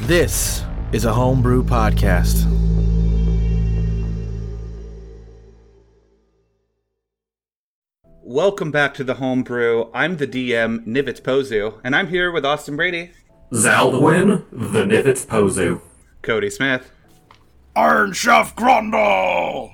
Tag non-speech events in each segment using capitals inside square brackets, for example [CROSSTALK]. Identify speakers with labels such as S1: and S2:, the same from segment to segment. S1: This is a homebrew podcast.
S2: Welcome back to the Homebrew. I'm the DM, Nivitz Pozu, and I'm here with Austin Brady,
S3: Zaldwin, the Nivitz Pozu.
S2: Cody Smith,
S4: Iron Chef Grundle!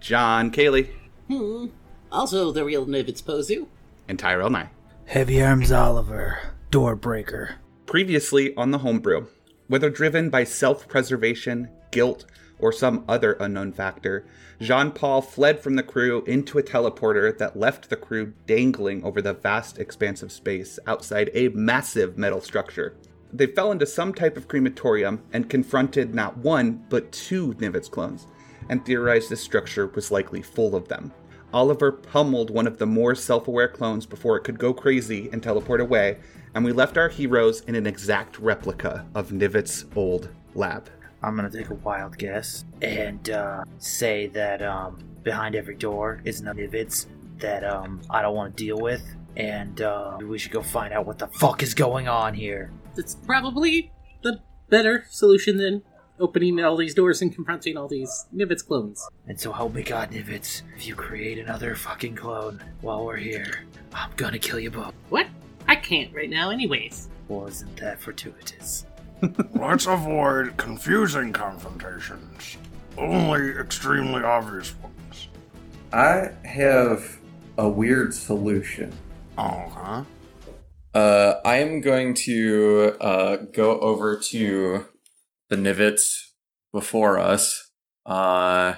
S2: John Cayley,
S5: Hmm. Also, the real Nivitz Pozu.
S2: and Tyrell Nye.
S6: Heavy Arms Oliver, Doorbreaker.
S2: Previously on the Homebrew, whether driven by self preservation, guilt, or some other unknown factor, Jean Paul fled from the crew into a teleporter that left the crew dangling over the vast expanse of space outside a massive metal structure. They fell into some type of crematorium and confronted not one, but two Nivitz clones, and theorized this structure was likely full of them. Oliver pummeled one of the more self aware clones before it could go crazy and teleport away, and we left our heroes in an exact replica of Nivet's old lab.
S6: I'm gonna take a wild guess and uh, say that um, behind every door is an Nivitz that um, I don't want to deal with, and uh, we should go find out what the fuck is going on here.
S5: That's probably the better solution than opening all these doors and confronting all these Nivitz clones.
S6: And so help me God, Nivitz, if you create another fucking clone while we're here, I'm gonna kill you both.
S5: What? I can't right now, anyways.
S6: Wasn't that fortuitous?
S4: Let's avoid confusing confrontations, only extremely obvious ones.
S7: I have a weird solution.
S4: Uh huh.
S7: Uh, I am going to uh, go over to the Nivets before us, uh,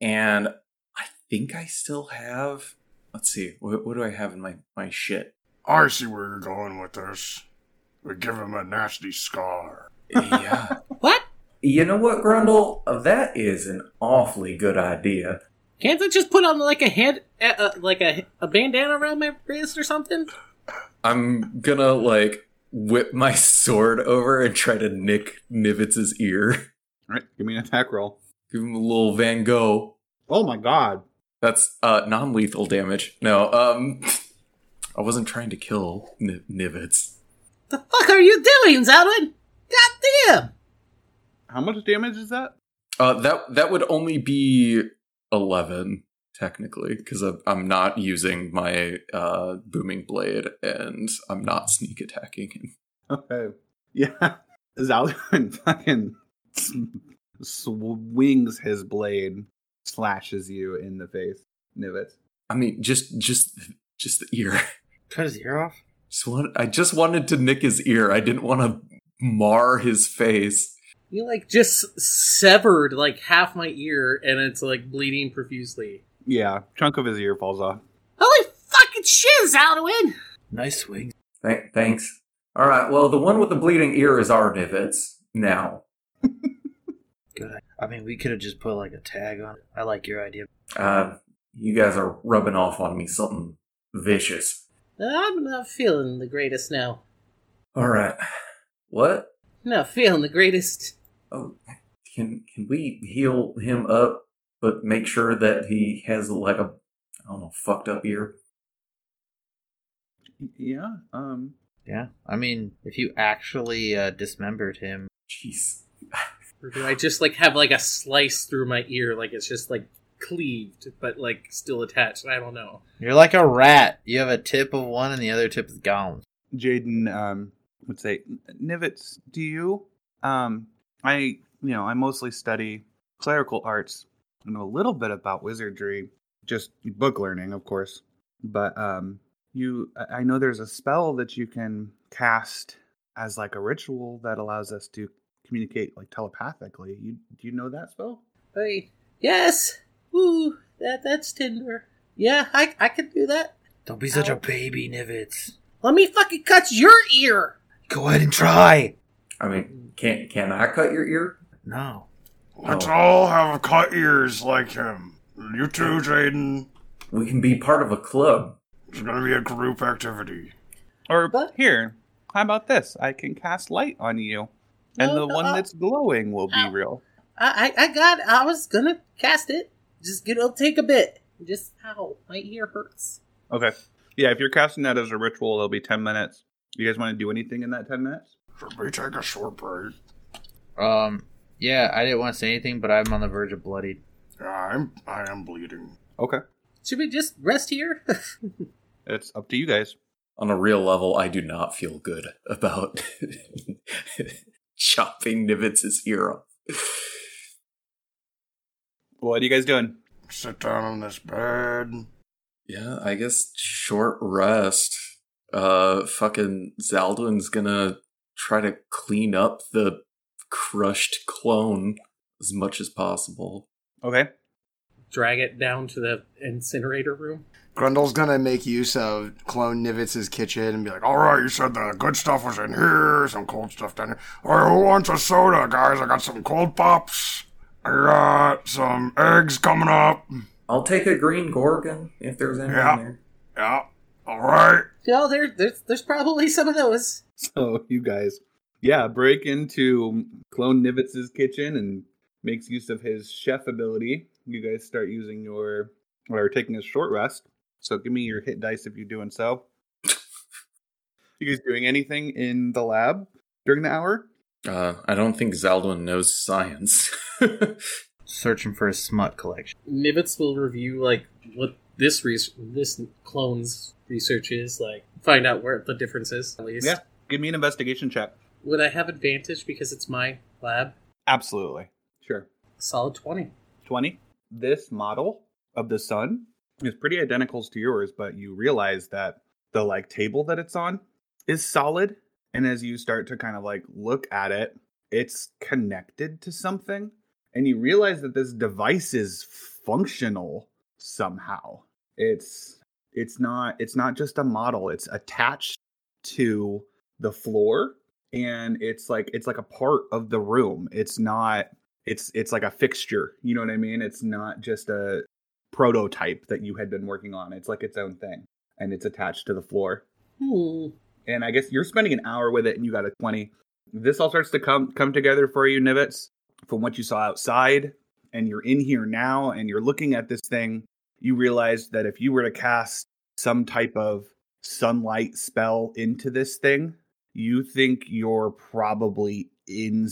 S7: and I think I still have. Let's see, what, what do I have in my my shit?
S4: I see where you're going with this. We give him a nasty scar.
S7: yeah,
S5: What?
S7: you know what, Grundle? That is an awfully good idea.
S5: Can't I just put on like a head, uh, uh, like a, a bandana around my wrist or something?
S7: I'm gonna like whip [LAUGHS] my sword over and try to nick Nivet's ear. [LAUGHS]
S2: All right, give me an attack roll.
S7: Give him a little Van Gogh.
S2: Oh my god.
S7: That's uh, non-lethal damage. No, um, [LAUGHS] I wasn't trying to kill N- Nivets.
S5: The fuck are you doing, Zalwin? God damn!
S2: How much damage is that?
S7: Uh, that that would only be eleven technically because I'm not using my uh, booming blade and I'm not sneak attacking him.
S2: Okay. [LAUGHS] Yeah. Zalion [LAUGHS] fucking swings his blade, slashes you in the face, Nivet.
S7: I mean, just just just the ear. [LAUGHS]
S6: Cut his ear off?
S7: Just want, I just wanted to nick his ear. I didn't want to mar his face.
S5: You like just severed like half my ear and it's like bleeding profusely.
S2: Yeah, chunk of his ear falls off.
S5: Holy fucking shit, Zalwin!
S6: Nice swing.
S7: Th- thanks. All right. Well, the one with the bleeding ear is our Nivets now.
S6: Good. I mean, we could have just put like a tag on it. I like your idea.
S7: Uh, you guys are rubbing off on me something vicious.
S5: I'm not feeling the greatest now.
S7: All right. What?
S5: Not feeling the greatest.
S7: Oh, can can we heal him up, but make sure that he has like a I don't know fucked up ear?
S2: Yeah. Um
S8: Yeah, I mean, if you actually uh, dismembered him,
S7: Jeez.
S5: Or do I just like have like a slice through my ear, like it's just like cleaved, but like still attached? I don't know.
S8: you're like a rat. You have a tip of one and the other tip is gone.
S2: Jaden um, would say, Nivitz, do you? Um, I, you know, I mostly study clerical arts. I know a little bit about wizardry, just book learning, of course. But um, you, I- I know there's a spell that you can cast as like a ritual that allows us to communicate like telepathically. You, do you know that spell?
S5: Hey, yes, woo, that that's Tinder. Yeah, I I can do that.
S6: Don't be such a baby, Nivitz.
S5: Let me fucking cut your ear.
S6: Go ahead and try.
S7: I mean, can can I cut your ear?
S6: No.
S4: Let's
S7: Oh.
S4: all have cut ears like him. You too, Jaden.
S7: We can be part of a club.
S4: It's gonna be a group activity.
S2: Or
S5: But-
S2: here, how about this? I can cast light on you, and
S5: No,
S2: the
S5: no,
S2: one
S5: uh,
S2: that's glowing will be
S5: ow.
S2: real.
S5: I I, I got. I was gonna cast it. Just get. It'll take a bit. Just ow, my ear hurts.
S2: Okay. Yeah, if you're casting that as a ritual, it'll be 10 minutes. You guys want to do anything in that 10 minutes?
S4: Should we take a short break?
S8: Um, yeah, I didn't want to say anything, but I'm on the verge of bloodied.
S4: Yeah, I'm I am bleeding.
S2: Okay.
S5: Should we just rest here? [LAUGHS]
S2: It's up to you guys.
S7: On a real level, I do not feel good about [LAUGHS] chopping Nivitz's ear off.
S2: What are you guys doing?
S4: Sit down on this bed.
S7: Yeah, I guess short rest. Uh, fucking Zaldwin's gonna try to clean up the crushed clone as much as possible.
S2: Okay. [LAUGHS]
S5: Drag it down to the incinerator room.
S9: Grundle's gonna make use of clone Nivitz's kitchen and be like,
S4: All right, you said the good stuff was in here, some cold stuff down here. All right, who wants a soda, guys? I got some cold pops. I got some eggs coming up.
S7: I'll take a green gorgon if there's any
S4: Yeah.
S7: there.
S4: Yeah. All right.
S5: No, there, there's, there's probably some of those.
S2: So you guys, yeah, break into Clone Nivitz's kitchen and makes use of his chef ability. You guys start using your or taking a short rest. So give me your hit dice if you're doing so. [LAUGHS] you guys doing anything in the lab during the hour?
S7: Uh, I don't think Zaldwin knows science. [LAUGHS]
S8: Searching for a smut collection.
S5: Nivets will review like what this res- this clone's research is like. Find out where the difference is at least.
S2: Yeah. Give me an investigation check.
S5: Would I have advantage because it's my lab?
S2: Absolutely. Sure.
S5: Solid twenty.
S2: 20. This model of the sun is pretty identical to yours, but you realize that the like table that it's on is solid. And as you start to kind of like look at it, it's connected to something. And you realize that this device is functional somehow. It's it's not it's not just a model. It's attached to the floor and it's like it's like a part of the room. It's not it's it's like a fixture you know what i mean it's not just a prototype that you had been working on it's like its own thing and it's attached to the floor
S5: Hmm.
S2: and i guess you're spending an hour with it and you got a 20 this all starts to come come together for you nivets from what you saw outside and you're in here now and you're looking at this thing you realize that if you were to cast some type of sunlight spell into this thing you think you're probably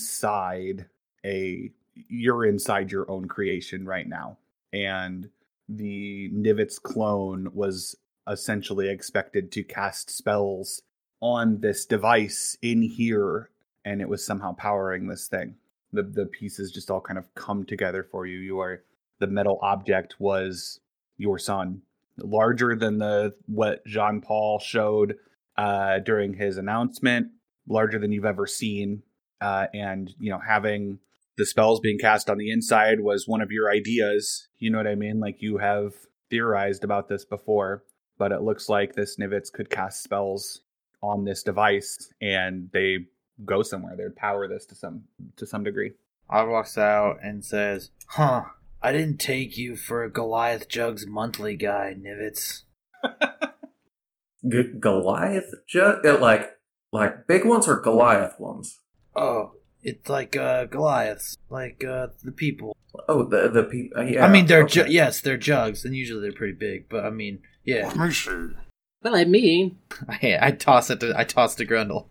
S2: inside a you're inside your own creation right now and the nivets clone was essentially expected to cast spells on this device in here and it was somehow powering this thing the the pieces just all kind of come together for you you are the metal object was your son larger than the what Jean Paul showed uh during his announcement larger than you've ever seen uh and you know having the spells being cast on the inside was one of your ideas you know what i mean like you have theorized about this before but it looks like this Nivitz could cast spells on this device and they go somewhere. They'd power this to some to some degree.
S8: I walks out and says,
S6: Huh. I didn't take you for a Goliath Jugs monthly guy, Nivets.
S7: G- Goliath, ju- uh, like like big ones or Goliath ones?
S6: Oh, it's like uh Goliaths, like uh the people.
S7: Oh, the the people. yeah,
S6: I mean, they're
S7: okay.
S6: ju- yes, they're jugs, and usually they're pretty big. But I mean, yeah, [LAUGHS]
S4: Let me see.
S5: Well, I mean,
S8: I, I toss it to I toss to Grundle.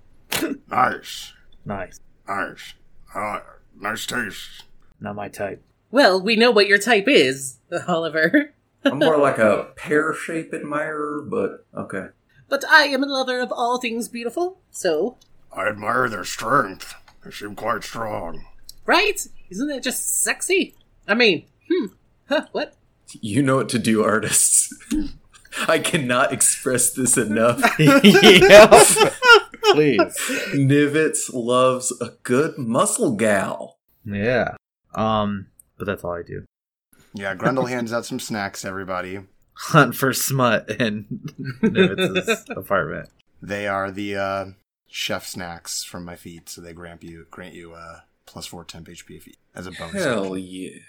S4: Nice.
S6: nice,
S4: Nice. Uh, nice taste.
S6: not my type. [LAUGHS]
S5: well, we know what your type is, [LAUGHS] Oliver.
S7: I'm more like a pear shape admirer, but okay.
S5: But I am a lover of all things beautiful, so
S4: I admire their strength. They seem quite strong.
S5: right? Isn't that just sexy? I mean, hmm, huh, what?
S7: You know what to do, artists. [LAUGHS] I cannot express this enough.
S10: [LAUGHS]
S8: yep. Please.
S7: Nivitz loves a good muscle gal.
S8: Yeah. Um, but that's all I do.
S9: yeah, Grundle hands out some snacks to everybody.
S8: Hunt for smut in [LAUGHS]
S6: [LAUGHS]
S8: Nivitz's apartment.
S9: They are the uh, chef snacks from my feet, so they grant you grant you uh, plus four temp HP if you- as a bonus.
S7: Hell yeah.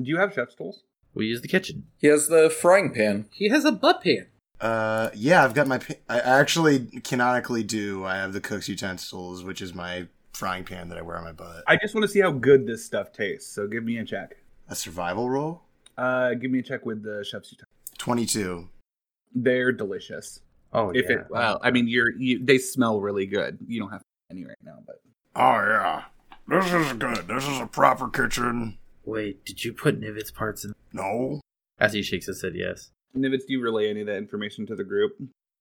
S2: Do you have chef's tools?
S8: We use the kitchen.
S7: He has the frying pan.
S5: He has a butt pan.
S9: Uh, yeah, I've got my. pa- I actually canonically do. I have the cook's utensils, which is my frying pan that I wear on my butt.
S2: I just want to see how good this stuff tastes. So give me a check.
S9: A survival roll,
S2: Uh, give me a check with the chef's. utensil.
S9: twenty-two.
S2: They're delicious.
S8: Oh
S2: if
S8: yeah.
S2: it, well, I mean, you're you, they smell really good. You don't have any right now, but
S4: Oh, yeah. This is good. This is a proper kitchen.
S6: Wait, did you put Nivet's parts in?
S4: No.
S8: As he shakes his head, yes.
S2: Nivitz, do you relay any of that information to the group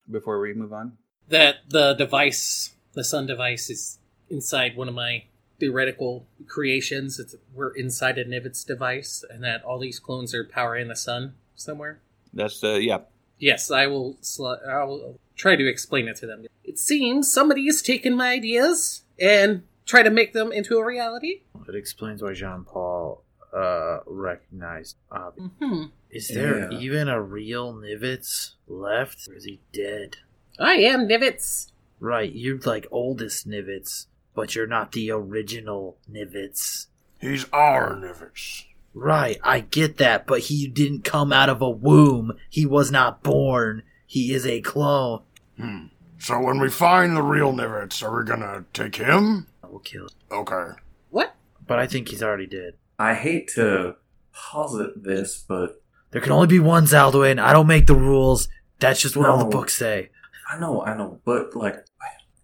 S2: before we move on?
S5: that the device, the sun device, is inside one of my theoretical creations. It's, we're inside a Nivet's device, and that all these clones are powering the sun somewhere.
S2: That's the yeah.
S5: Yes, I will. Sl- I will try to explain it to them. It seems somebody has taken my ideas and try to make them into a reality.
S8: It explains why Jean Paul uh, recognized Avi.
S5: Hmm.
S6: Is there
S7: Yeah.
S6: even a real Nivitz left? Or is he dead?
S5: I am Nivet's.
S6: Right, you're like oldest Nivitz, but you're not the original Nivitz.
S4: He's our Nivitz.
S6: Right, I get that, but he didn't come out of a womb. He was not born. He is a clone.
S4: Hmm. So when we find the real Nivitz, are we gonna take him?
S6: I will kill him.
S4: Okay.
S5: What?
S6: But I think he's already dead.
S7: I hate to posit this, but
S6: There can only be one Zaldwin. I don't make the rules. That's just what all the
S7: No.
S6: books say.
S7: I know, I know, but like,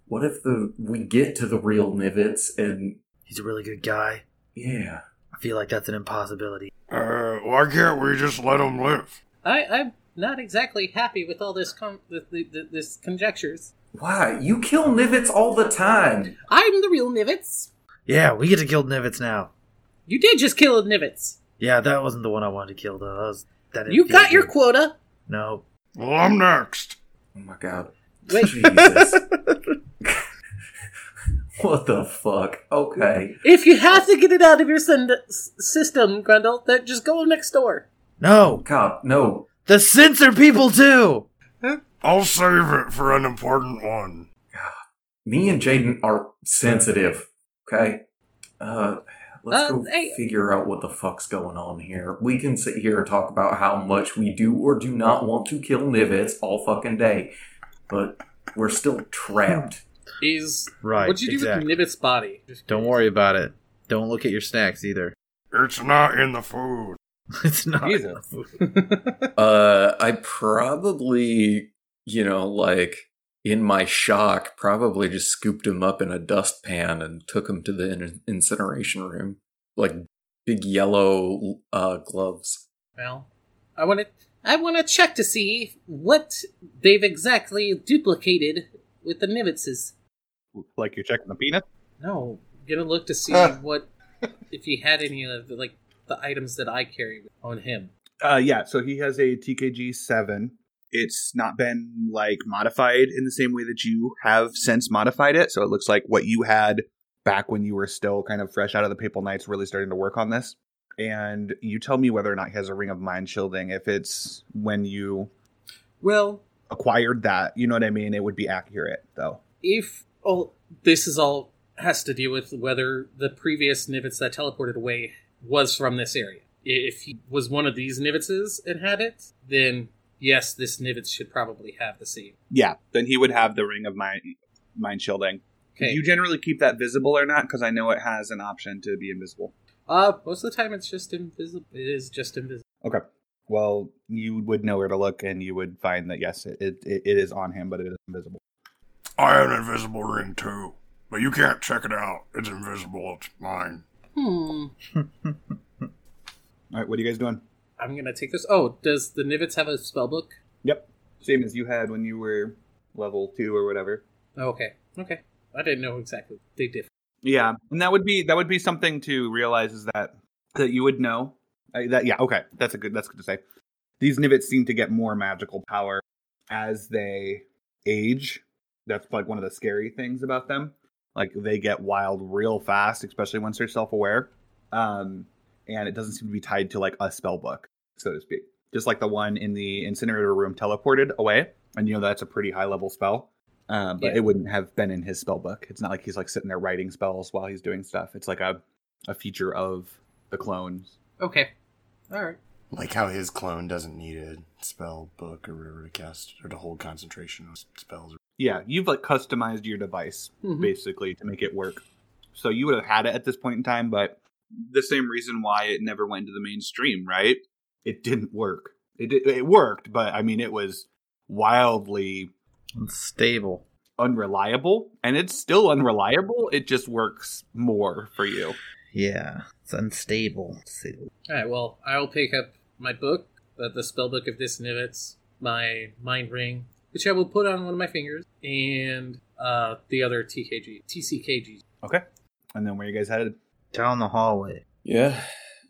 S7: what if the we get to the real Nivets and
S6: He's a really good guy.
S7: yeah,
S6: I feel like that's an impossibility.
S4: Uh, why can't we just let him live?
S5: I, I'm not exactly happy with all this con- th- th- th- this conjectures.
S7: why you kill Nivets all the time?
S5: I'm the real Nivet's.
S6: Yeah, we get to kill Nivitz now.
S5: You did just kill a Nivet's.
S6: Yeah, that wasn't the one I wanted to kill though. That was that. didn't
S5: You
S6: feel
S5: got your
S6: good.
S5: quota.
S6: No.
S4: Well, I'm next.
S7: Oh my god,
S5: Wait.
S6: [LAUGHS]
S7: Jesus, [LAUGHS] what the fuck? Okay,
S5: If you have to get it out of your syn- s- system, Grundle, then just go next door.
S6: No.
S7: God, no,
S6: The Synths are people too.
S4: I'll save it for an important one.
S7: me and Jaden are sensitive. Okay, uh, let's
S5: Uh,
S7: go
S5: hey-
S7: figure out what the fuck's going on here. We can sit here and talk about how much we do or do not want to kill Nivets all fucking day, but we're still trapped.
S5: Is
S8: Right.
S5: what'd you do
S8: exactly.
S5: with Nivet's body?
S8: Don't worry about it. Don't look at your snacks either. [LAUGHS]
S4: It's not in the food.
S8: it's not. [LAUGHS]
S2: Jesus.
S7: [LAUGHS] Uh, I probably, you know, like in my shock, probably just scooped him up in a dustpan and took him to the in- incineration room, like big yellow uh, gloves.
S5: Well, I want to. I want to check to see what they've exactly duplicated with the Nivetses.
S2: Like you're checking the peanut?
S5: No, gonna look to see what if he had any of the, like the items that I carry on him.
S2: Uh yeah, so he has a TKG seven. It's not been like modified in the same way that you have since modified it. So it looks like what you had back when you were still kind of fresh out of the Papal Knights really starting to work on this. And you tell me whether or not he has a ring of mind shielding. If it's when you
S5: Well,
S2: acquired that, you know what I mean? It would be accurate though.
S5: if all this is all has to deal with whether the previous Nivets that teleported away was from this area. If he was one of these Nivetses and had it, then yes, this Nivet should probably have the same.
S2: Yeah, then he would have the ring of mind mind shielding.
S5: Okay.
S2: Do you generally keep that visible or not? Because I know it has an option to be invisible.
S5: uh, most of the time it's just invisible. It is just invisible.
S2: Okay. Well, you would know where to look, and you would find that yes, it it, it is on him, but it is invisible.
S4: I have an invisible ring too, but you can't check it out. It's invisible. It's mine.
S5: Hmm.
S2: All right, what are you guys doing?
S5: I'm gonna take this. Oh, does the Nivets have a spell book?
S2: Yep, same as you had when you were level two or whatever.
S5: Oh, okay. Okay. I didn't know exactly. They differ.
S2: Yeah, and that would be that would be something to realize is that that you would know Uh, that. Yeah, okay, that's a good that's good to say. These nivets seem to get more magical power as they age. That's like one of the scary things about them. Like they get wild real fast, especially once they're self aware. Um, and it doesn't seem to be tied to like a spell book, so to speak. Just like the one in the incinerator room teleported away, and you know that's a pretty high level spell. Um, but
S5: Yeah.
S2: it wouldn't have been in his spell book. It's not like he's like sitting there writing spells while he's doing stuff. It's like a a feature of the clones.
S5: Okay. All right.
S9: Like how his clone doesn't need a spell book or whatever to cast or to hold concentration on spells.
S2: Yeah, you've like customized your device
S5: Mhm.
S2: basically to make it work. So you would have had it at this point in time, but the same reason why it never went to the mainstream, right? It didn't work. It di- it worked, but I mean it was wildly
S8: It's stable.
S2: unreliable, and it's still unreliable. It just works more for you.
S8: Yeah, it's unstable. to say the
S5: All right. Well, I'll pick up my book, uh, the spell book of Disnivets, my mind ring, which I will put on one of my fingers, and uh, the other TKG, TCKG.
S2: Okay. And then where you guys headed?
S8: Down the hallway.
S7: Yeah.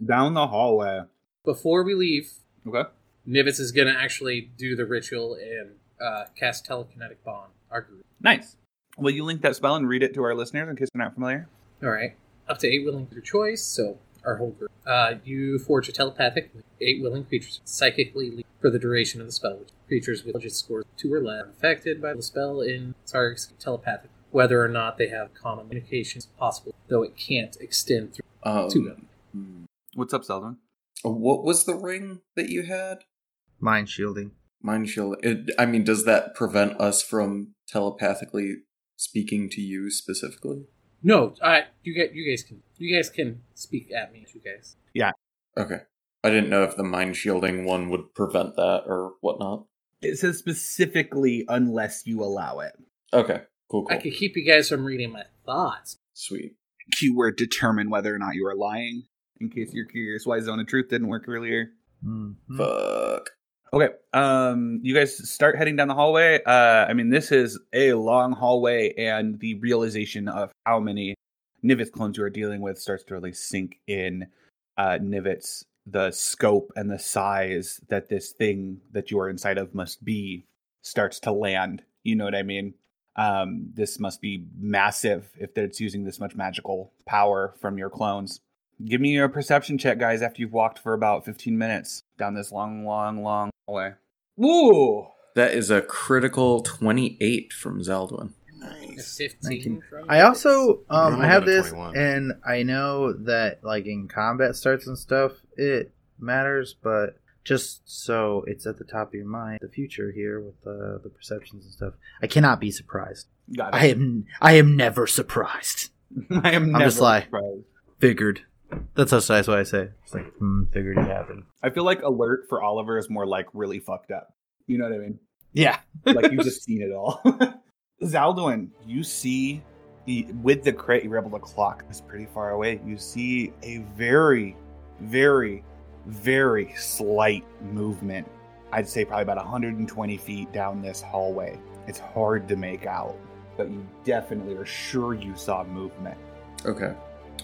S2: Down the hallway.
S5: Before we leave,
S2: Okay.
S5: Nivitz is going to actually do the ritual and uh, cast telekinetic bond. Our group.
S2: Nice. Will you link that spell and read it to our listeners in case they're not familiar?
S5: All right. Up to eight willing of your choice, so our whole group. Uh, you forge a telepathic link with eight willing creatures psychically link for the duration of the spell. Which creatures with intelligence scores two or less are affected by the spell in Sarg's telepathic, whether or not they have common communications possible, though it can't extend through two of
S7: Um,
S5: them.
S2: What's up, Zeldon?
S7: what was the ring that you had?
S8: Mind shielding.
S7: Mind shield. It, I mean, does that prevent us from telepathically speaking to you specifically?
S5: No, I you get you guys can you guys can speak at me, you guys.
S7: Okay. I didn't know if the mind shielding one would prevent that or whatnot.
S2: It says specifically unless you allow it.
S7: Okay. Cool.
S5: I
S7: Cool.
S5: could keep you guys from reading my thoughts.
S7: Sweet.
S2: Keyword determine whether or not you are lying. In case you're curious why Zone of Truth didn't work earlier.
S8: Mhm.
S5: Hmm.
S7: Fuck.
S2: Okay. Um you guys start heading down the hallway. Uh I mean this is a long hallway and the realization of how many Nivith clones you are dealing with starts to really sink in uh Nivit's the scope and the size that this thing that you are inside of must be starts to land. You know what I mean? Um this must be massive if it's using this much magical power from your clones. Give me a perception check, guys, after you've walked for about 15 minutes down this long, long, long hallway. Woo!
S7: That is a critical 28 from Zeldwin.
S9: Nice.
S5: Fifteen.
S8: Nineteen.
S5: from
S8: I also
S9: I
S8: um
S9: rolled
S8: I have
S9: a
S8: this
S9: 21.
S8: and I know that like in combat starts and stuff it matters but just so it's at the top of your mind the future here with the the perceptions and stuff I cannot be surprised
S2: Got
S6: I
S2: it.
S6: am I am never surprised.
S2: [LAUGHS] I, am
S8: I'm just like-
S2: surprised.
S8: figured that's such that's what I say it's like hmm, figured it happened
S2: I feel like alert for Oliver is more like really fucked up. You know what I mean?
S8: yeah
S2: Like you've just seen it all. [LAUGHS] Zaldwin, you see the with the crate, you're able to clock this pretty far away. You see a very, very, very slight movement. I'd say probably about 120 feet down this hallway. It's hard to make out, but you definitely are sure you saw movement.
S7: Okay.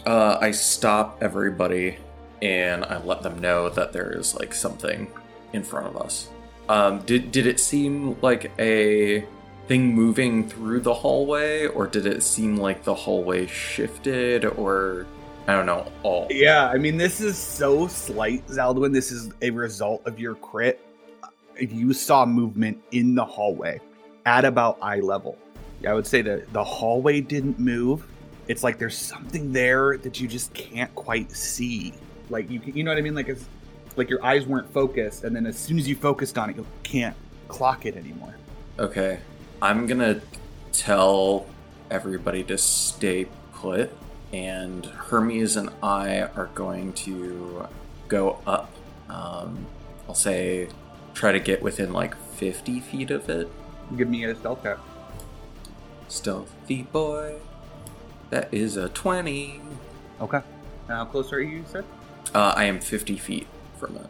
S7: Uh, I stop everybody and I let them know that there is like something in front of us. Um, did did it seem like a thing moving through the hallway, or did it seem like the hallway shifted, or I don't know? All
S2: Yeah, I mean, this is so slight, Zaldwin. This is a result of your crit. Uh, You saw movement in the hallway at about eye level. I would say that the hallway didn't move. It's like there's something there that you just can't quite see. Like you, can, you know what I mean? Like it's like your eyes weren't focused, and then as soon as you focused on it, you can't clock it anymore.
S7: Okay. I'm gonna tell everybody to stay put, and Hermes and I are going to go up. Um, I'll say try to get within like 50 feet of it.
S2: Give me a stealth check.
S7: Stealthy boy. That is a 20.
S2: Okay. Now, how close are you? You said.
S7: Uh, I am 50 feet from it.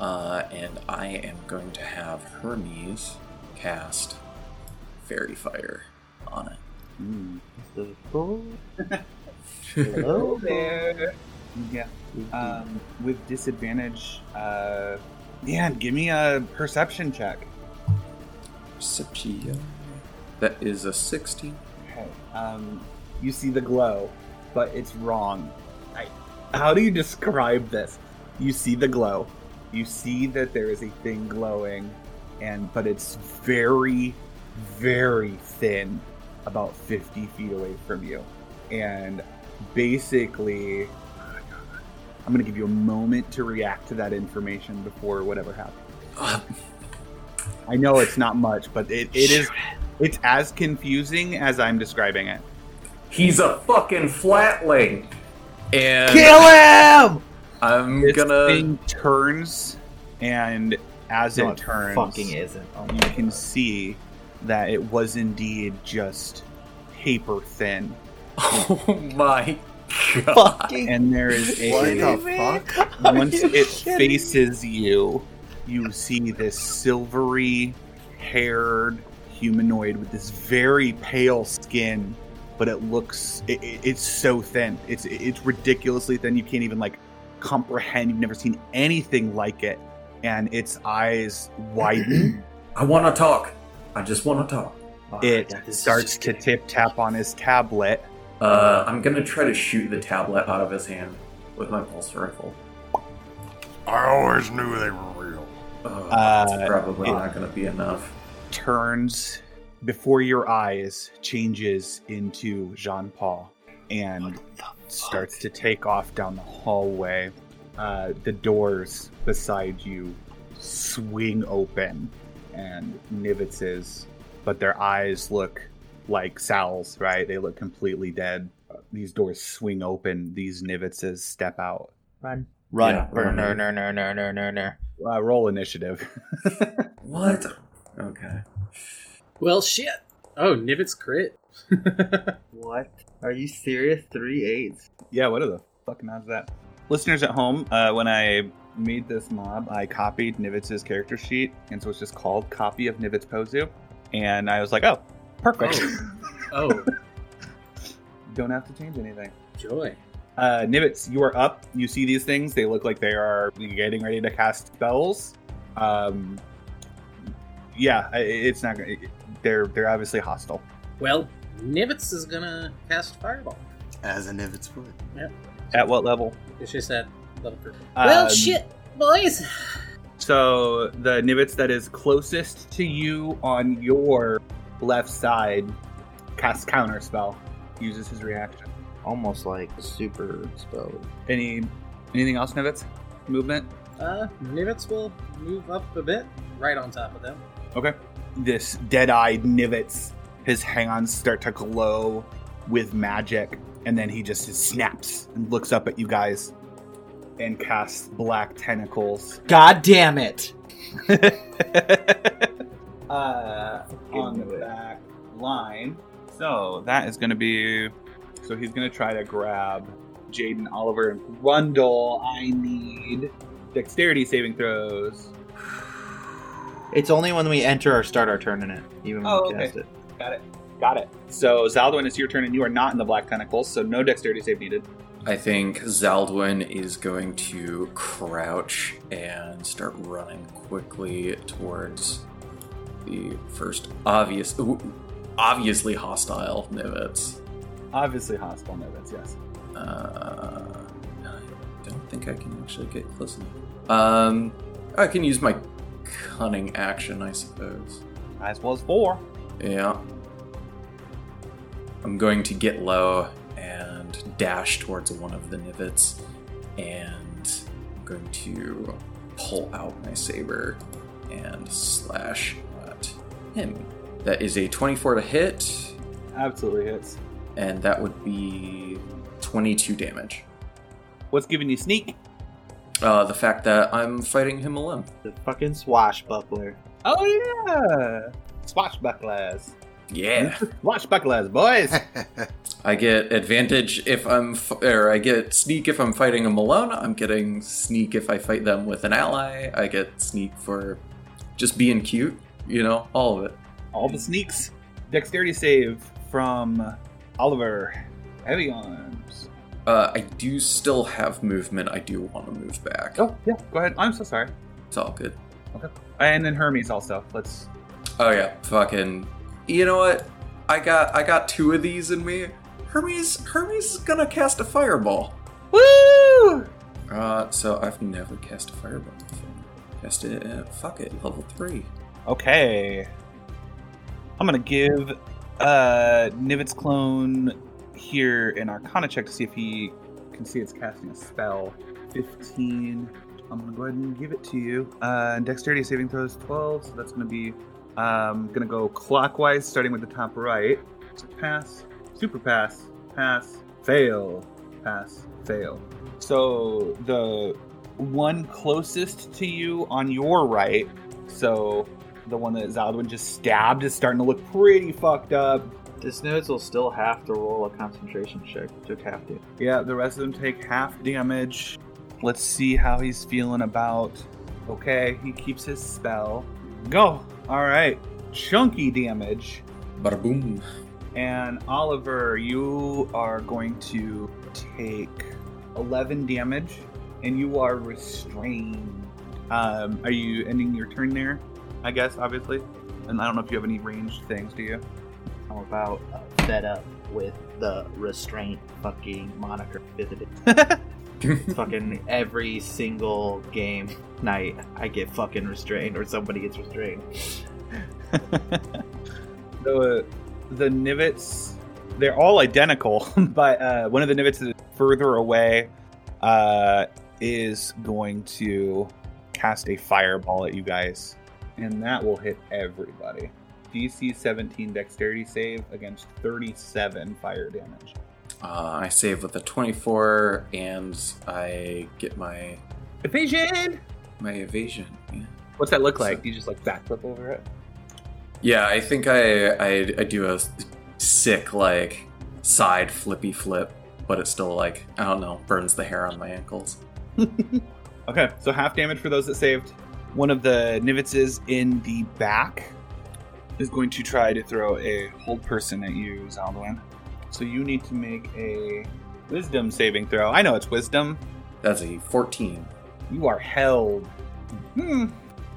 S7: Uh, and I am going to have Hermes cast Fairy Fire on it.
S2: Hello there. Yeah. Um, with disadvantage, uh, man, give me a perception check.
S7: Perception. That is a 16.
S2: Okay. Um, you see the glow, but it's wrong. I, how do you describe this? You see the glow. You see that there is a thing glowing, and but it's very, very thin, about fifty feet away from you, and basically. I'm gonna give you a moment to react to that information before whatever happens.
S7: Uh,
S2: I know it's not much, but it, it is it's as confusing as I'm describing it.
S3: He's a fucking flatling.
S7: and
S6: Kill him!
S7: I'm
S2: This
S7: gonna.
S2: thing turns, and as
S6: No,
S2: it
S6: it
S2: turns,
S6: fucking isn't. Oh my
S2: you can
S6: God.
S2: see that it was indeed just paper thin.
S7: [LAUGHS] Oh my god.
S2: And there is [LAUGHS]
S9: What
S8: Oh,
S2: a
S9: the fuck?
S2: once it faces you, you see this silvery haired humanoid with this very pale skin, but it looks it, it- it's so thin. It's it's ridiculously thin. You can't even like comprehend. You've never seen anything like it. And its
S6: [CLEARS THROAT]
S2: eyes widen.
S3: I want to talk. I just want to talk.
S6: Oh my
S2: it
S6: God, this is
S2: starts
S6: just
S2: to
S6: getting-
S2: tip tap on his tablet.
S7: Uh, I'm gonna try to shoot the tablet out of his hand with my pulse rifle.
S4: I always knew they were real.
S7: Uh,
S2: Uh,
S7: that's probably
S2: it-
S7: not gonna be enough.
S2: turns before your eyes changes into Jean Paul and starts to take off down the hallway. Uh, the doors beside you swing open and Nivitz's, but their eyes look like Sal's, right? They look completely dead. Uh, These doors swing open, these Nivitz's step out.
S8: Run.
S7: Run.
S8: Yeah,
S7: Run.
S8: No, no, no, no, no, no, no.
S2: Uh, roll initiative. [LAUGHS]
S7: What? Okay.
S5: Well, shit. Oh, Nivets crit. [LAUGHS]
S10: What? Are you serious? Three eights.
S2: Yeah, what are the fucking odds of that? Listeners at home, uh, when I made this mob, I copied Nivitz's character sheet, and so it's just called Copy of Nivitz Pozu. And I was like, oh, perfect.
S5: Oh,
S2: [LAUGHS] Don't have to change anything.
S5: joy.
S2: Uh, Nivitz, you are up. You see these things. They look like they are getting ready to cast spells. Um, yeah, i- it's not going to. They're, they're obviously hostile.
S5: Well, Nivets is gonna cast Fireball.
S9: As an if it's would.
S2: At what level?
S5: It's just that level three. well,
S2: Um,
S5: shit, boys.
S2: So the Nivitz that is closest to you on your left side casts counter spell, uses his reaction.
S8: Almost like super spell.
S2: Any anything else, Nivitz? Movement.
S5: Uh, Nivets will move up a bit, right on top of them.
S2: This dead-eyed Nivitz, his hands start to glow with magic, and then he just snaps and looks up at you guys and casts black tentacles
S6: God damn
S2: [LAUGHS]
S6: it!
S2: uh, on the back line. So that is going to be. So he's going to try to grab Jaden, Oliver, and Rundle. I need dexterity saving throws.
S8: It's only when we enter or start our turn in it, even when
S2: Oh,
S8: we
S2: okay.
S8: cast it.
S2: Got it. Got it. So Zaldwin, it's your turn, and you are not in the black tentacles, so no dexterity save needed.
S7: I think Zaldwin is going to crouch and start running quickly towards the first obvious, ooh, obviously hostile Nivets.
S2: Obviously hostile Nivets, yes.
S7: Uh, I don't think I can actually get close enough. Um, I can use my cunning action, I suppose.
S2: As well as four.
S7: Yeah. I'm going to get low and dash towards one of the nivets, and I'm going to pull out my saber and slash at him. That is a 24 to hit,
S2: Absolutely hits.
S7: and that would be 22 damage.
S2: What's giving you sneak?
S7: Uh, the fact that I'm fighting him alone.
S8: The fucking swashbuckler.
S2: Oh yeah, swashbucklers,
S7: Yeah.
S2: swashbucklers, boys.
S7: I get advantage if I'm, f- or I get sneak if I'm fighting them alone. I'm getting sneak if I fight them with an ally. I get sneak for just being cute, you know, all of it.
S2: [LAUGHS] All the sneaks. Dexterity save from Oliver. Heavy arms.
S7: Uh, I do still have movement. I do want to move back.
S2: Oh yeah, go ahead. I'm so sorry.
S7: It's all good.
S2: And then Hermes also. Let's.
S7: Oh yeah, fucking. You know what? I got I got two of these in me. Hermes Hermes is gonna cast a fireball.
S2: Woo!
S7: Uh, so I've never cast a fireball before. Cast it at fuck it level three.
S2: Okay. I'm gonna give uh Nivet's clone here an Arcana check to see if he can see it's casting a spell. 15. I'm gonna go ahead and give it to you. Uh, dexterity saving throws 12, so that's gonna be um, gonna go clockwise, starting with the top right. Pass, super pass, pass, fail, pass, fail. So the one closest to you on your right, so The one that Zaldwin just stabbed is starting to look pretty fucked up.
S10: This nose will still have to roll a concentration check. Took half to.
S2: Yeah, the rest of them take half damage. Let's see how he's feeling about. Okay, he keeps his spell. Go! Alright, chunky damage.
S7: Bada boom.
S2: And Oliver, you are going to take 11 damage and you are restrained. Um, are you ending your turn there? I guess, obviously. And I don't know if you have any ranged things, do you?
S6: I'm about uh, fed up with the restraint fucking
S8: [LAUGHS]
S6: moniker visited.
S10: fucking every single game night, I get fucking restrained or somebody gets restrained.
S2: [LAUGHS] the the nivets they're all identical [LAUGHS] but uh, one of the nivets is further away uh, is going to cast a fireball at you guys and that will hit everybody dc 17 dexterity save against 37 fire damage
S7: Uh, I save with a 24 and I get my
S2: evasion
S7: my evasion. Yeah,
S2: what's that look like do you just like backflip over it
S7: yeah I think I, I I do a sick like side flippy flip, but it still like I don't know burns the hair on my ankles.
S2: [LAUGHS] Okay, so half damage for those that saved. One of the Nivitzes in the back is going to try to throw a hold person at you, Zaldwin. So you need to make a wisdom saving throw. I know it's wisdom.
S7: That's a 14.
S2: You are held. Hmm.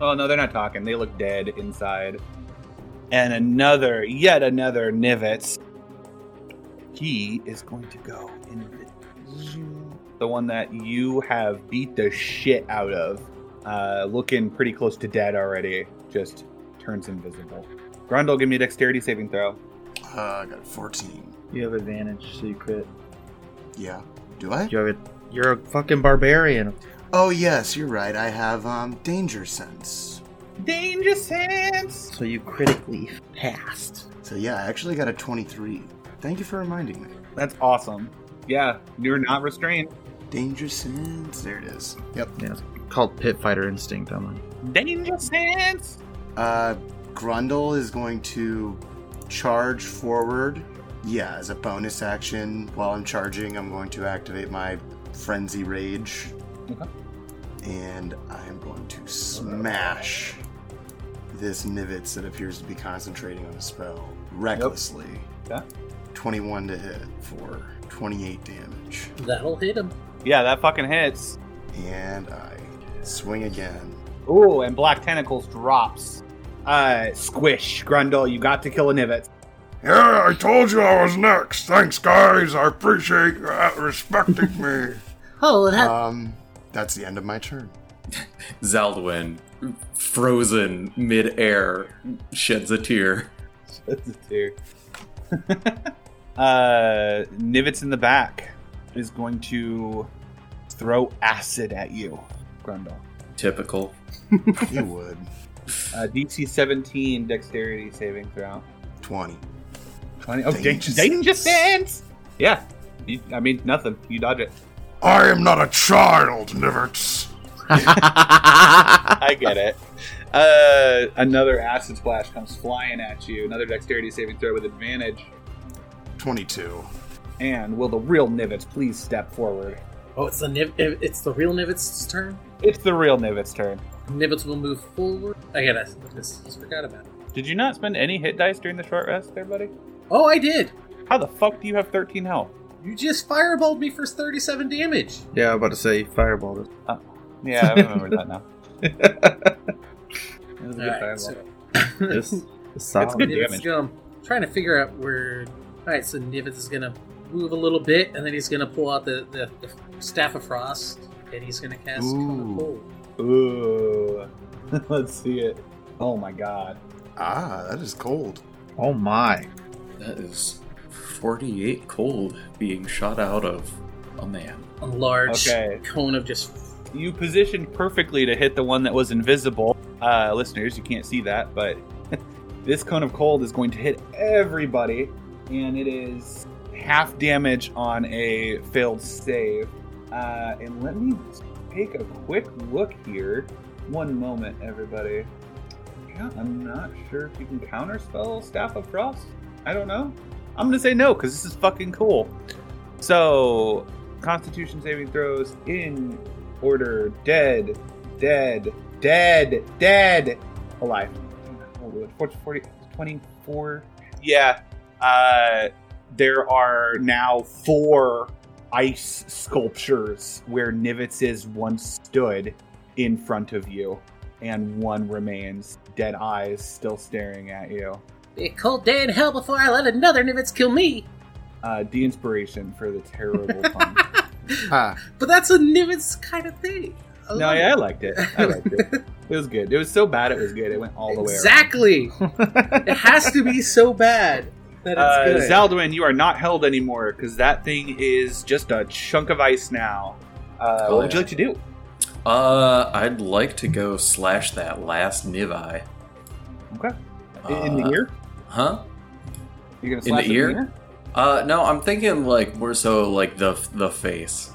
S2: Oh no, they're not talking. They look dead inside. And another, yet another Nivitz. He is going to go in the one that you have beat the shit out of. Uh, looking pretty close to dead already. Just turns invisible. Grundle, give me a dexterity saving throw.
S9: Uh, I got 14.
S8: You have advantage, so you crit.
S9: Yeah. Do I?
S8: You have it. You're a fucking barbarian.
S9: Oh, yes, you're right. I have um, danger sense.
S2: Danger sense!
S8: So you critically passed.
S9: So, yeah, I actually got a 23. Thank you for reminding me.
S2: That's awesome. Yeah, you're not restrained.
S9: Danger sense. There it is. Yep.
S8: Yeah, it's called pit fighter instinct. I'm like,
S2: Danger sense!
S9: Uh, Grundle is going to charge forward. Yeah, as a bonus action, while I'm charging, I'm going to activate my Frenzy Rage.
S2: Okay.
S9: And I'm going to smash this Nivitz that appears to be concentrating on a spell recklessly.
S2: Okay.
S9: 21 to hit for 28 damage.
S5: That'll hit him.
S2: Yeah, that fucking hits.
S9: And I swing again.
S2: Ooh, and Black Tentacles drops. Uh, squish. Grundle, you got to kill a Nivitz.
S4: Yeah, I told you I was next. Thanks, guys. I appreciate you uh,
S6: [LAUGHS]
S4: respecting me.
S5: Oh, that
S9: Um, that's the end of my turn.
S7: Zaldwin, frozen midair, sheds a tear.
S2: [LAUGHS] That's a tear. [LAUGHS] uh, Nivets in the back is going to throw acid at you, Grundle.
S7: Typical.
S9: You would.
S2: Uh, DC 17 dexterity saving throw.
S9: 20.
S2: 20. Oh, danger, [LAUGHS]
S9: Danger
S2: danger
S9: sense.
S2: sense! Yeah. You, I mean, nothing. You dodge it.
S4: I am not a child, Nivets.
S2: [LAUGHS] I get it. Uh, another acid splash comes flying at you. Another dexterity saving throw with advantage.
S9: 22.
S2: And will the real Nivets please step forward?
S5: Oh, it's the Niv- it's the real Nivet's turn.
S2: It's the real Nivets' turn.
S5: Nibbits will move forward. I gotta look this. Just forgot about it.
S2: Did you not spend any hit dice during the short rest there, buddy?
S5: Oh, I did.
S2: How the fuck do you have 13 health?
S5: You just fireballed me for 37 damage.
S8: yeah, I'm about to say fireball. This.
S2: Yeah, I remember that [LAUGHS] now. it was a good fireball.
S5: Alright, so-
S8: This is solid.
S2: good.
S5: Nibbits
S2: damage.
S5: gum. Trying to figure out where. All right, so Nibbits is gonna move a little bit, and then he's gonna pull out the, the, the staff of frost, and he's gonna cast Cone of
S9: Ooh.
S5: Cold.
S2: Ooh. [LAUGHS] Let's see it. Oh my god.
S9: Ah, that is cold.
S8: Oh my!
S7: That is 48 cold being shot out of a man.
S5: A large
S2: Okay.
S5: cone of just.
S2: You positioned perfectly to hit the one that was invisible. Uh, listeners, you can't see that, but [LAUGHS] this cone of cold is going to hit everybody, and it is half damage on a failed save. Uh, and let me take a quick look here. One moment, everybody. Yeah, I'm not sure if you can counterspell Staff of Frost. I don't know. I'm gonna say no because this is fucking cool. So, Constitution saving throws in order: dead, dead, dead, dead, alive. Oh, What was it? 40, 40, 24. Yeah. Uh, there are now four ice sculptures where Nivitz's once stood in front of you, and one remains, dead eyes still staring at you.
S5: Be a cold day in hell before I let another Nivitz kill me.
S2: Uh, the inspiration for the
S5: [LAUGHS]
S2: terrible pun.
S8: Ah,
S5: But that's a Nivitz kind of thing. I
S2: no,
S5: love
S2: yeah, I
S5: it.
S2: liked it. I liked
S5: [LAUGHS]
S2: it. It was good. It was so bad, it was good. It went all the way [LAUGHS]
S5: Exactly.
S2: around.
S5: it has to be so bad that it's
S2: Uh,
S5: good.
S2: Zaldwin, you are not held anymore because that thing is just a chunk of ice now. Uh,
S7: Oh,
S2: what would
S7: yeah.
S2: you like to do?
S7: Uh, I'd like to go slash that last niv eye.
S2: Okay. In, in the
S7: Uh,
S2: ear?
S7: Huh?
S2: You're gonna
S7: in the
S2: slash it
S7: ear? Uh, no, I'm thinking like more so like the the face.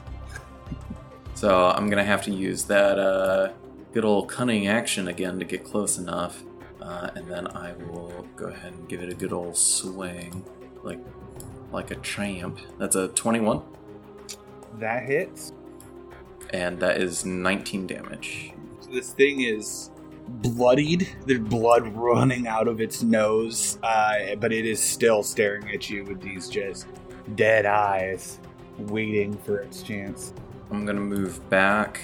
S7: so I'm gonna have to use that uh, good old cunning action again to get close enough, uh, and then I will go ahead and give it a good old swing, like like a champ. That's a 21,
S2: That hits.
S7: and that is 19 damage.
S2: So this thing is bloodied. There's blood running out of its nose, uh, but it is still staring at you with these just dead eyes, waiting for its chance.
S7: I'm gonna move back,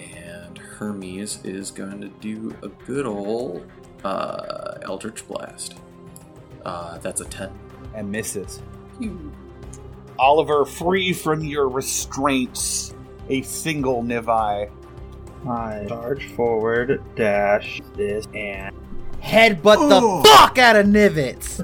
S7: and Hermes is going to do a good old uh, Eldritch Blast. Uh, that's a 10.
S2: and misses. Oliver, free from your restraints, a single Nivi.
S10: I charge forward, dash this, and
S8: headbutt
S9: Ooh.
S8: the fuck out of Nivets.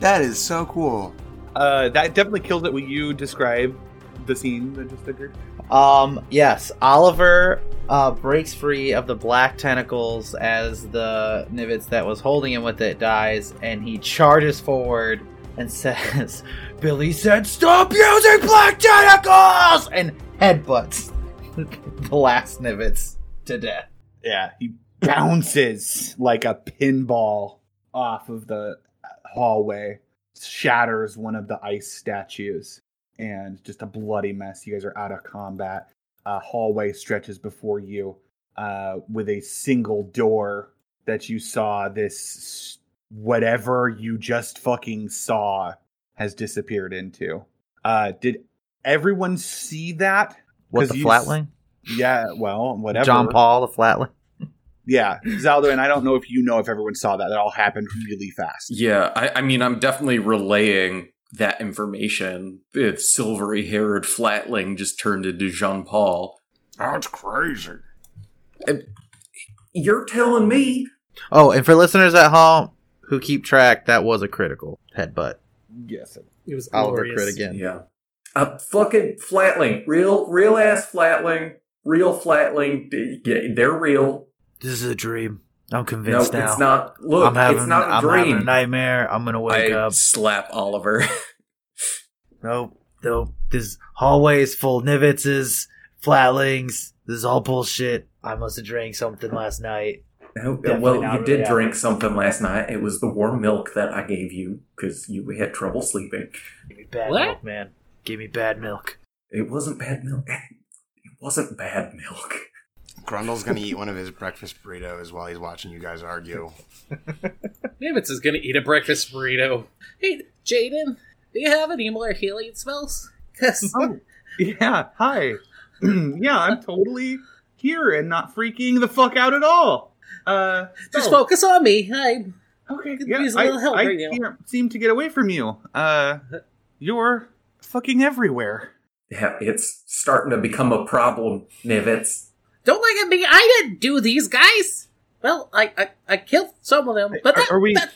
S9: That is so cool.
S2: Uh, that definitely killed it when you describe the scene that just occurred.
S10: um yes, Oliver uh, breaks free of the black tentacles as the Nivitz that was holding him with it dies, and he charges forward and [LAUGHS] says, "Billy said stop using black tentacles!" and headbutts [LAUGHS] the last Nivitz to death.
S2: Yeah, he bounces like a pinball off of the hallway, shatters one of the ice statues, and just a bloody mess. You guys are out of combat. A hallway stretches before you uh, with a single door that you saw. This whatever you just fucking saw has disappeared into. Uh, did everyone see that?
S8: What
S2: 'Cause
S8: the
S2: you-
S8: flatling?
S2: Yeah, well, whatever.
S8: John Paul, the flatling.
S2: Yeah, Zaldo, and I don't know if you know if everyone saw that. That all happened really fast.
S7: Yeah, I, I mean, I'm definitely relaying that information. If silvery haired Flatling just turned into Jean Paul,
S4: That's crazy.
S7: you're telling me.
S8: Oh, and for listeners at home who keep track, that was a critical headbutt.
S2: Yes.
S5: It was
S8: Oliver
S5: glorious.
S8: crit again.
S7: Yeah. A fucking Flatling. Real, real ass Flatling. Real Flatling. D- yeah, They're real.
S8: This is a dream. I'm
S7: No,
S8: convinced now.
S7: it's not. Look,
S8: I'm having,
S7: it's not a
S8: I'm having a
S7: dream.
S8: nightmare. I'm gonna wake
S7: I
S8: up.
S7: slap Oliver. [LAUGHS]
S8: Nope, nope. This hallway is full of nivitzes, flatlings. This is all bullshit. I must have drank something last night.
S7: No,
S8: Definitely
S7: Oh, well,
S8: not
S7: you
S8: really
S7: did
S8: happening.
S7: drink something last night. It was the warm milk that I gave you because you had trouble sleeping.
S8: Give me bad
S5: What?
S8: milk, man. Give me bad milk. [GASPS]
S7: It wasn't bad milk. It wasn't bad milk. [LAUGHS]
S9: Grundle's gonna eat one of his breakfast burritos while he's watching you guys argue.
S5: Nivitz is gonna eat a breakfast burrito. Hey, Jaden, do you have any more healing spells? Because
S2: Oh, yeah. Hi. [CLEARS THROAT] yeah, I'm totally here and not freaking the fuck out at all. Uh,
S5: just
S2: no.
S5: focus on me. I'm
S2: okay.
S5: could
S2: Yeah,
S5: use a
S2: I,
S5: little help
S2: I
S5: right now.
S2: can't seem to get away from you. Uh, you're fucking everywhere.
S7: Yeah, it's starting to become a problem, Nivets.
S5: don't look at me. I didn't do these guys. Well, I I, I killed some of them, but that,
S2: are, are we?
S5: that-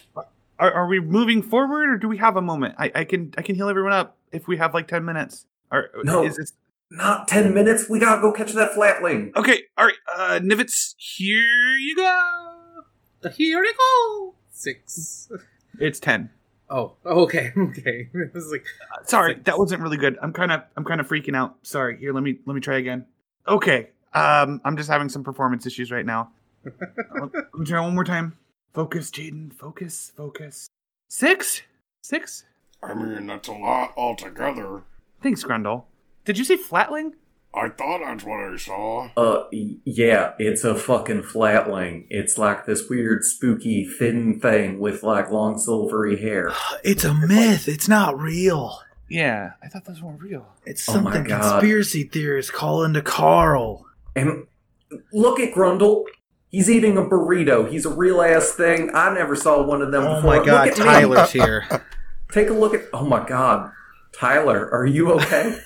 S2: Are, are we moving forward, or do we have a moment? I, I can I can heal everyone up if we have like ten minutes. Or
S7: No.
S2: is this
S7: Not ten minutes. We gotta go catch that flatling.
S2: okay? All right, uh, Nivets, here you go.
S5: here we go. Six.
S2: It's ten.
S5: Oh, [LAUGHS] okay, okay. [LAUGHS] It was like
S2: sorry
S5: Six.
S2: that wasn't really good i'm kind of i'm kind of freaking out [LAUGHS] sorry here let me let me try again okay um i'm just having some performance issues right now Let me try one more time. Focus, Jaden. Focus, focus. Six? Six?
S4: I mean, that's a lot altogether.
S2: Thanks, Grundle. Did you see Flatling?
S4: I thought that's what I saw.
S7: Uh, y- yeah, it's a fucking flatling. It's like this weird, spooky, thin thing with like long, silvery hair.
S8: It's a myth. It's not real.
S2: Yeah, I thought those weren't real.
S8: It's
S7: Oh my
S8: something
S7: God.
S8: conspiracy theorists call into Carl.
S7: And look at Grundle. He's eating a burrito. He's a real ass thing. I never saw one of them
S8: Oh
S7: before.
S8: my god,
S7: Look at me.
S8: Tyler's here.
S7: Take a look at. Oh my god, Tyler, are you
S4: [LAUGHS]
S7: okay?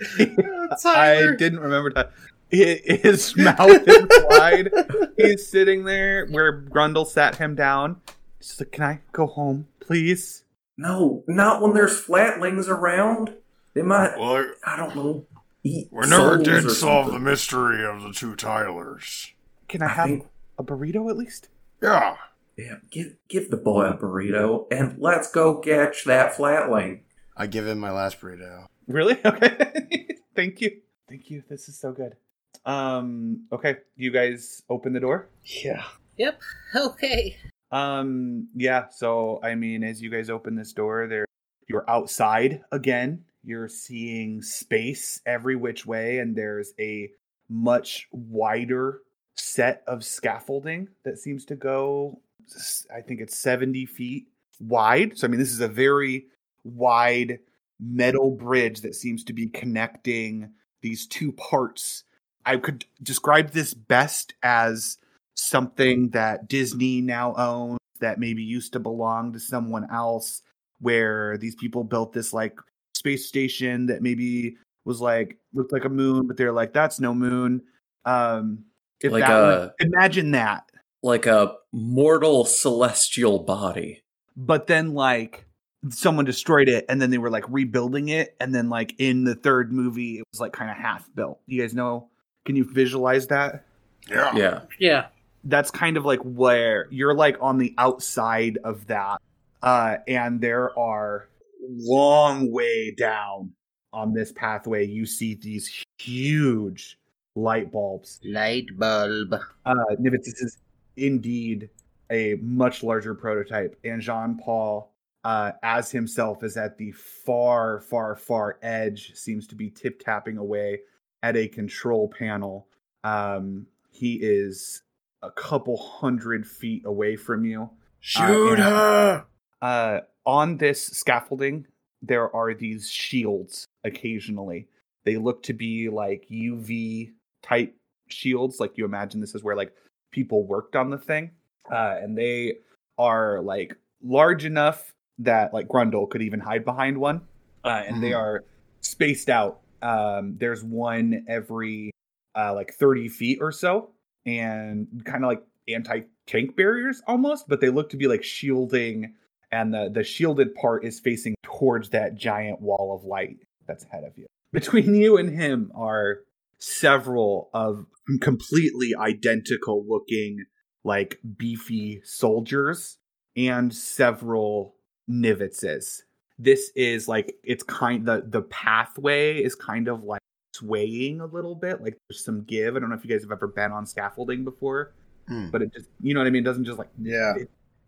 S2: I didn't remember that. Hi- His [LAUGHS] mouth is wide. He's sitting there where Grundle sat him down. Just like, can I go home, please?
S7: no, not when there's flatlings around. They might.
S4: Well, I-
S7: I don't know. Eat
S4: we never
S7: souls
S4: did
S7: or
S4: solve
S7: something.
S4: the mystery of the two Tylers.
S2: Can I
S7: I
S2: have
S7: think-
S2: a burrito at least?
S4: Yeah,
S7: Yeah, give give the boy a burrito and let's go catch that flatling.
S9: I give him my last burrito.
S2: Really? [LAUGHS] Okay. Thank you. Thank you. This is so good. Um. Okay. You guys open the door.
S9: Yeah.
S5: Yep. Okay.
S2: Um, yeah, so I mean, as you guys open this door, there you're outside again. You're seeing space every which way, and there's a much wider set of scaffolding that seems to go. s- I think it's 70 feet wide. So I mean, this is a very wide metal bridge that seems to be connecting these two parts. I could describe this best as something that Disney now owns that maybe used to belong to someone else, where these people built this like space station that maybe was like looked like a moon, but they're like, that's no moon. Um, if
S7: Like
S2: that
S7: a-
S2: one- imagine that,
S7: Like a mortal celestial body.
S2: but then like someone destroyed it and then they were like rebuilding it, and then like in the third movie, it was like kind of half built. You guys know? Can you visualize that?
S4: yeah.
S7: Yeah.
S5: Yeah.
S2: that's kind of like where you're like on the outside of that uh and there are long way down on this pathway you see these huge light bulbs
S10: Light bulb.
S2: uh nivitz this is indeed a much larger prototype and jean paul uh as himself is at the far far far edge seems to be tip tapping away at a control panel um he is a couple hundred feet away from you
S4: Shoot
S2: yeah.
S4: her!
S2: uh, on this scaffolding, there are these shields occasionally. They look to be like UV type shields, like you imagine this is where like people worked on the thing. Uh, and they are like large enough that like Grundle could even hide behind one. Uh, and they are spaced out. Um, there's one every uh, like 30 feet or so, and kind of like anti tank barriers almost, but they look to be like shielding and the the shielded part is facing towards that giant wall of light that's ahead of you. Between you and him are several of completely identical looking like beefy soldiers and several nivitzes. This is like it's kind the the pathway is kind of like swaying a little bit like there's some give. I don't know if you guys have ever been on scaffolding before,
S9: Hmm.
S2: but it just you know what I mean, it doesn't just like
S8: Yeah.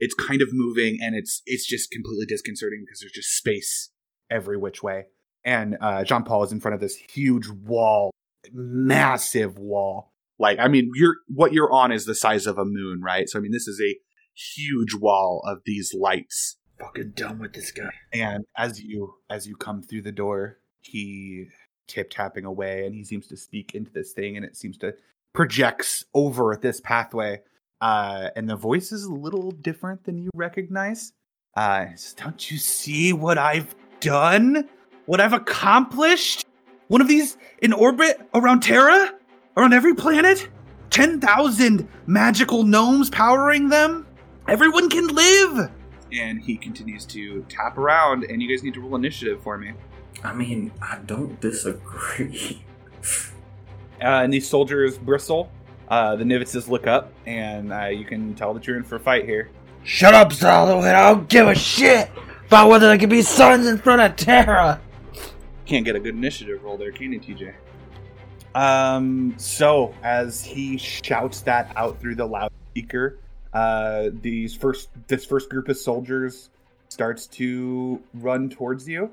S2: it's kind of moving and it's it's just completely disconcerting because there's just space every which way and uh jean paul is in front of this huge wall massive wall like i mean you're what you're on is the size of a moon right so i mean this is a huge wall of these lights
S6: Fucking done with this guy.
S2: and as you as you come through the door he tip tapping away and he seems to speak into this thing and it seems to projects over this pathway uh and the voice is a little different than you recognize uh it says, don't you see what i've done what i've accomplished one of these in orbit around terra around every planet 10,000 magical gnomes powering them everyone can live and he continues to tap around and you guys need to roll initiative for me
S7: I mean, I don't disagree.
S2: uh, and these soldiers bristle uh, the nivitzes look up and uh, you can tell that you're in for a fight here
S6: Shut up, Solo, and I don't give a shit about whether there can be suns in front of Terra.
S2: can't get a good initiative roll there can you tj Um, so as he shouts that out through the loudspeaker, uh, these first this first group of soldiers starts to run towards you,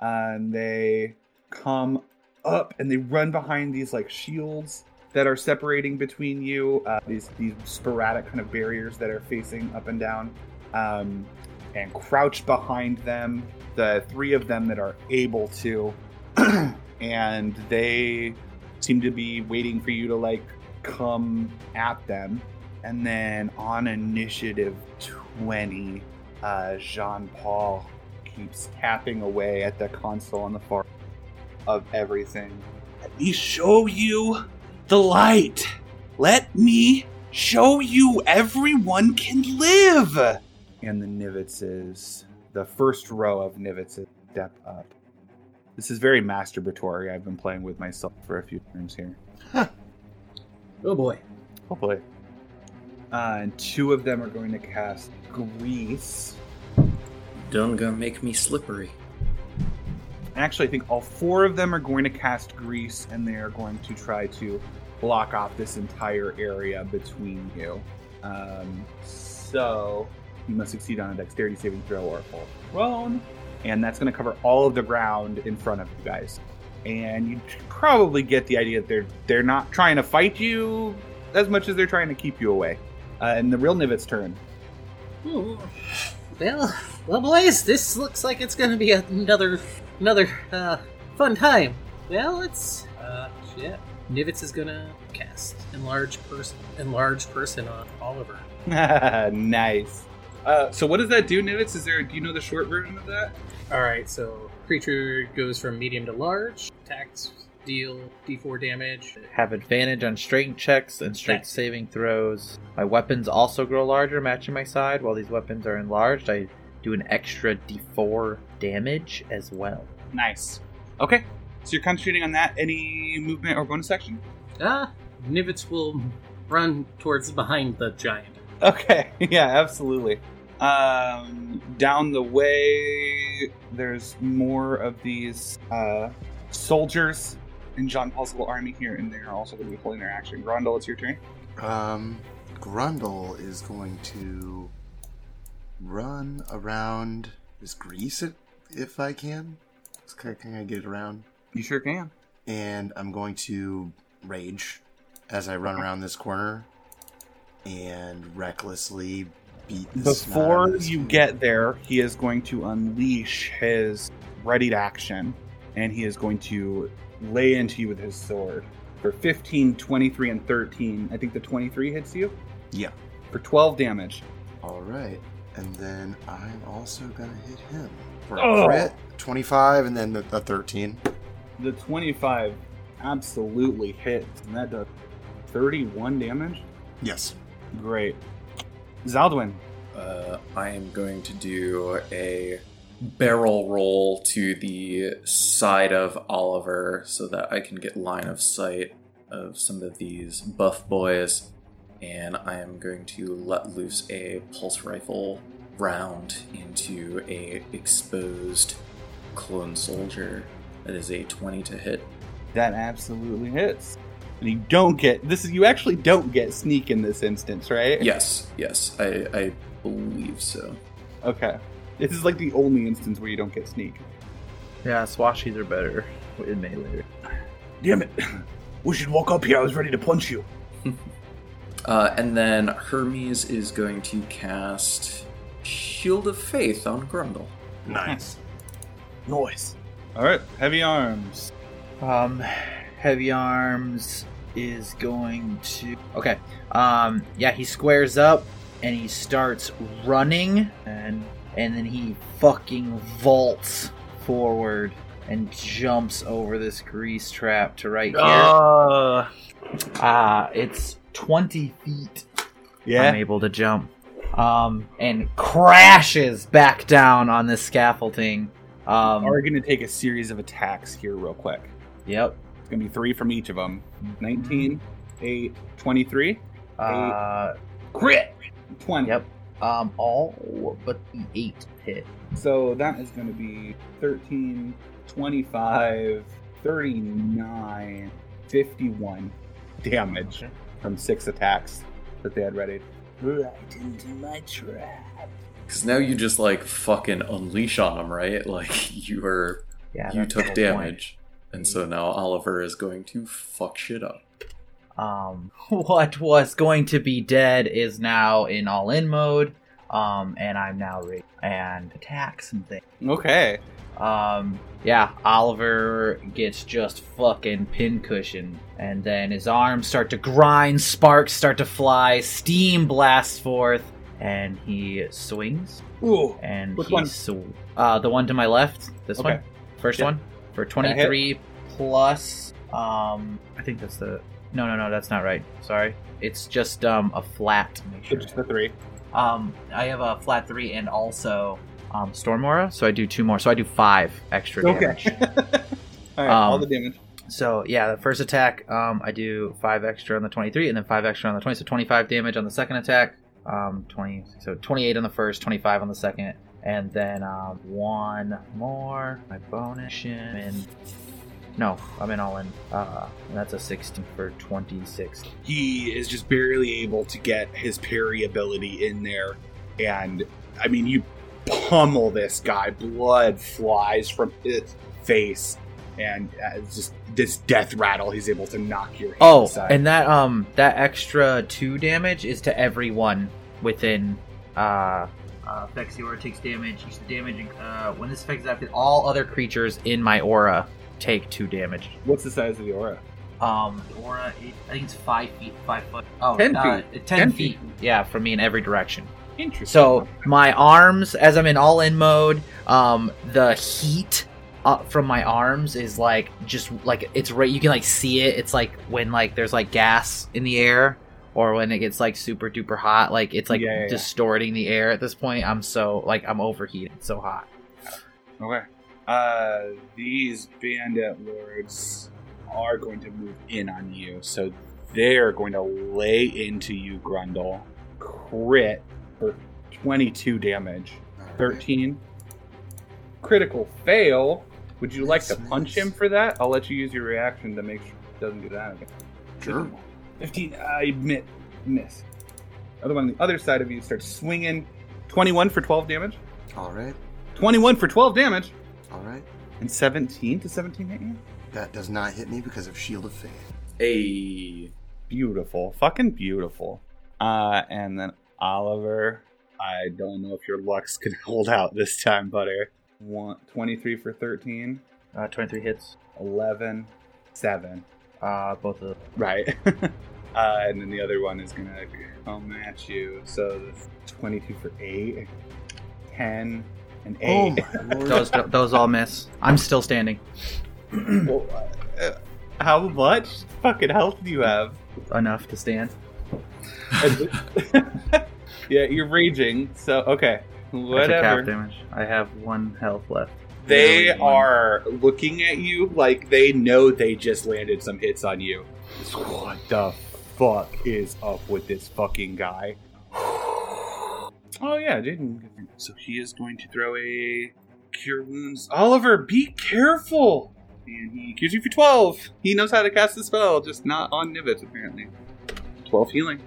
S2: and they come up and they run behind these like shields that are separating between you. Uh, these these sporadic kind of barriers that are facing up and down, um, and crouch behind them. The three of them that are able to. [CLEARS THROAT] and they seem to be waiting for you to like come at them. And then on initiative 20, uh, Jean Paul keeps tapping away at the console on the far of everything. Let me show you the light. Let me show you everyone can live. And the Nivitzes, the first row of Nivitzes, step up. This is very masturbatory. I've been playing with myself for a few turns here.
S5: Oh boy.
S2: Hopefully. Uh, and two of them are going to cast Grease.
S7: [LAUGHS] Don't gonna make me slippery.
S2: Actually, I think all four of them are going to cast Grease, and they are going to try to block off this entire area between you. Um, so you must succeed on a Dexterity saving throw or fall prone, and that's going to cover all of the ground in front of you guys. And you probably get the idea that they're they're not trying to fight you as much as they're trying to keep you away. Uh, and the real Nivet's turn. [LAUGHS]
S5: Ooh. Hmm. Well, well, boys, this looks like it's gonna be another another uh, fun time. Well, it's uh, shit. Nivitz is gonna cast enlarge person, enlarge person on Oliver.
S2: nice. Uh, so what does that do, Nivitz? Is there do you know the short version of that?
S5: All right, so creature goes from medium to large. Attacks deal d4 damage.
S10: Have advantage on strength checks and strength
S5: Thanks.
S10: saving throws. My weapons also grow larger, matching my side. While these weapons are enlarged, I do an extra d4 damage as well.
S2: Nice. Okay. So you're concentrating on that. Any movement or bonus action?
S5: Ah, Nivitz will run towards behind the giant.
S2: Okay. [LAUGHS] Yeah, absolutely. Um, down the way, there's more of these uh, soldiers in John Paul's little army here, and they're also going to be holding their action. Grondel, it's your turn.
S9: Um, Grundle is going to run around. Is Grease it if I can? It's ki- Can I get it around?
S2: You sure can.
S9: And I'm going to rage as I run around this corner and recklessly beat the snot out
S2: Before
S9: of this
S2: you
S9: dude.
S2: get there, he is going to unleash his readied action, and he is going to lay into you with his sword. For 15, 23, and 13, I think the 23 hits you?
S9: Yeah.
S2: For 12 damage.
S9: All right. And then I'm also going to hit him for a
S2: Oh.
S9: crit 25 and then the, the 13.
S2: The 25 absolutely hits, and that does 31 damage?
S9: Yes.
S2: Great. Zaldwin.
S7: Uh, I am going to do a barrel roll to the side of Oliver so that I can get line of sight of some of these buff boys. And I am going to let loose a pulse rifle round into a exposed clone soldier. That is a 20 to hit.
S2: That absolutely hits. And you don't get this is you actually don't get sneak in this instance, right?
S7: Yes, yes, I, I believe so.
S2: Okay. This is like the only instance where you don't get sneak.
S10: Yeah, swashies are better in melee.
S1: Damn it. We should walk up here. I was ready to punch you.
S7: Uh, and then Hermes is going to cast Shield of Faith on Grundle.
S4: Nice.
S1: Noise.
S2: All right, heavy arms.
S10: Um, heavy arms is going to. Okay. Um, yeah, he squares up and he starts running, and and then he fucking vaults forward and jumps over this grease trap to right here.
S1: Uh,
S10: Ah, it's twenty feet. I'm
S2: Yeah.
S10: able to jump. Um, and crashes back down on this scaffolding. Um,
S2: Are going to take a series of attacks here, real quick.
S10: yep.
S2: It's going to be three from each of them 19, 8, 23,
S10: Uh,
S2: crit, 20.
S10: Yep. um, all but the eight hit.
S2: So that is going to be 13, 25, 39, 51 damage from six attacks that they had ready.
S1: Right into my trap.
S7: Because now you just like fucking unleash on him, right? [LAUGHS] Like you were,
S10: Yeah,
S7: you
S10: that's
S7: took
S10: the whole
S7: damage, and so now Oliver is going to fuck shit up.
S10: point. Um, [LAUGHS] what was going to be dead is now in all in mode. Um, and I'm now re- and attack some things.
S2: Okay.
S10: Um, yeah, Oliver gets just fucking pincushion, and then his arms start to grind, sparks start to fly, steam blasts forth, and he swings.
S2: Ooh.
S10: And
S2: Which
S10: he
S2: one?
S10: sw- uh, the one to my left, this
S2: Okay.
S10: one, first
S2: Yeah.
S10: one for twenty-three plus. Um, I think that's the. No, no, no, that's not right. Sorry, it's just um a flat. Make sure.
S2: Just the three.
S10: Um, I have a flat three and also um, Storm Aura, so I do two more. So I do five extra damage.
S2: Okay. [LAUGHS] all right, all
S10: Um,
S2: the damage.
S10: So yeah, the first attack, um, I do five extra on the twenty-three, and then five extra on the twenty. So twenty-five damage on the second attack. Um, twenty. So twenty-eight on the first, twenty-five on the second, and then um, one more. My bonus. I'm in- no, I'm in all in. Uh, and that's a sixteen for twenty-six.
S2: he is just barely able to get his parry ability in there. And I mean, you pummel this guy, blood flies from his face, and uh, it's just this death rattle, he's able to knock your head
S10: Oh,
S2: aside.
S10: and that um that extra two damage is to everyone within uh uh Vexiora takes damage. Each the damage uh when this affects active all other creatures in my aura take two damage.
S2: what's the size of the aura?
S10: Um the aura it, I think it's five feet, five foot oh
S2: Ten
S10: uh, ten,
S2: Ten
S10: feet. Yeah, from me in every direction.
S2: Interesting.
S10: So my arms, as I'm in all in mode, um, the heat uh, from my arms is like just like it's right. You can like see it. It's like when like there's like gas in the air, or when it gets like super duper hot. Like it's like
S2: Yeah, yeah, yeah.
S10: distorting the air at this point. I'm so like I'm overheated, so hot.
S2: Okay. Uh, these bandit lords are going to move in on you, so they're going to lay into you, Grundle. Crit for 22 damage. 13. Critical fail. Would you like to
S9: Nice,
S2: punch
S9: nice.
S2: him for that? I'll let you use your reaction to make sure it doesn't do that again.
S9: Sure.
S2: 15. I admit, miss. Other one on the other side of you starts swinging. 21 for 12 damage.
S9: All right.
S2: 21 for 12 damage.
S9: All right.
S2: And 17 to 17 hit you?
S9: That does not hit me because of Shield of Faith.
S7: Hey,
S2: Beautiful. Fucking beautiful. Uh, and then Oliver. I don't know if your Lux can [LAUGHS] hold out this time, butter. One, 23 for 13.
S10: Uh, Twenty three hits.
S2: 11, 7.
S10: Uh, both of
S2: Right. [LAUGHS] uh, and then the other one is going to come at you. So that's 22 for 8, 10, and 8.
S9: Oh my lord.
S10: those those all miss. I'm still standing.
S2: [LAUGHS] Well, uh, how much fucking health do you have? [LAUGHS]
S10: Enough to stand.
S2: yeah, you're raging. So, okay.
S10: That's a
S2: Whatever.
S10: Half damage. I have one health left.
S2: They
S10: Really?
S2: are looking at you like they know they just landed some hits on you. What the fuck is up with this fucking guy? Oh yeah, didn't. So he is going to throw a cure wounds. Oliver, be careful. And he cures you for twelve. He knows how to cast the spell, just not on Nivets apparently. Twelve healing.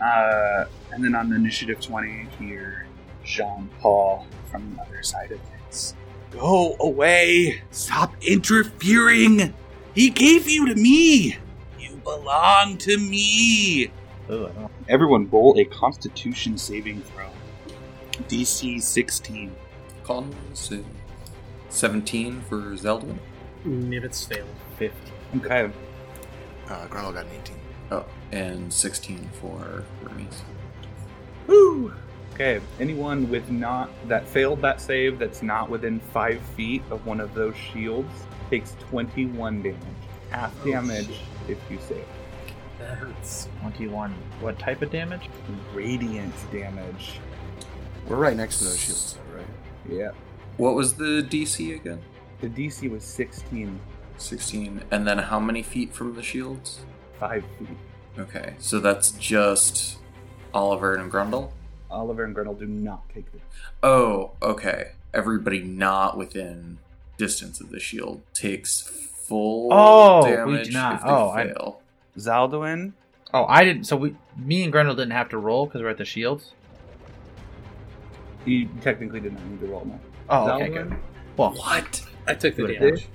S2: Uh, and then on the initiative twenty here, Jean Paul from the other side of things. Go away! Stop interfering! He gave you to me! You belong to me!
S10: Ooh, I don't.
S2: Everyone roll a constitution saving throw. DC 16.
S7: con save. seventeen for Zeldwin.
S5: Nivets failed.
S2: Okay.
S9: Uh, Grundle got an 18.
S7: Oh, and sixteen for Hermes.
S2: Woo! Okay, anyone with not that failed that save that's not within five feet of one of those shields takes 21 damage. Half damage if you save.
S5: That hurts.
S10: 21. What type of damage?
S2: Radiant damage.
S9: We're right next to those shields, though, right?
S2: Yeah.
S7: What was the DC again?
S2: The DC was 16.
S7: Sixteen, and then how many feet from the shields?
S2: Five feet.
S7: Okay, so that's just Oliver and Grundle.
S2: Oliver and Gretel do not take this.
S7: Oh, okay. Everybody not within distance of the shield takes full
S10: Oh, we
S7: damage
S10: do not.
S7: if they
S10: Oh, I-
S7: fail.
S2: Zaldwin.
S10: Oh, I didn't. So we, me and Grendel didn't have to roll because we're at the shields.
S2: You technically did not need to roll now.
S10: Oh, okay, good. Well, [LAUGHS]
S7: What?
S5: I took the
S10: Good.
S5: damage.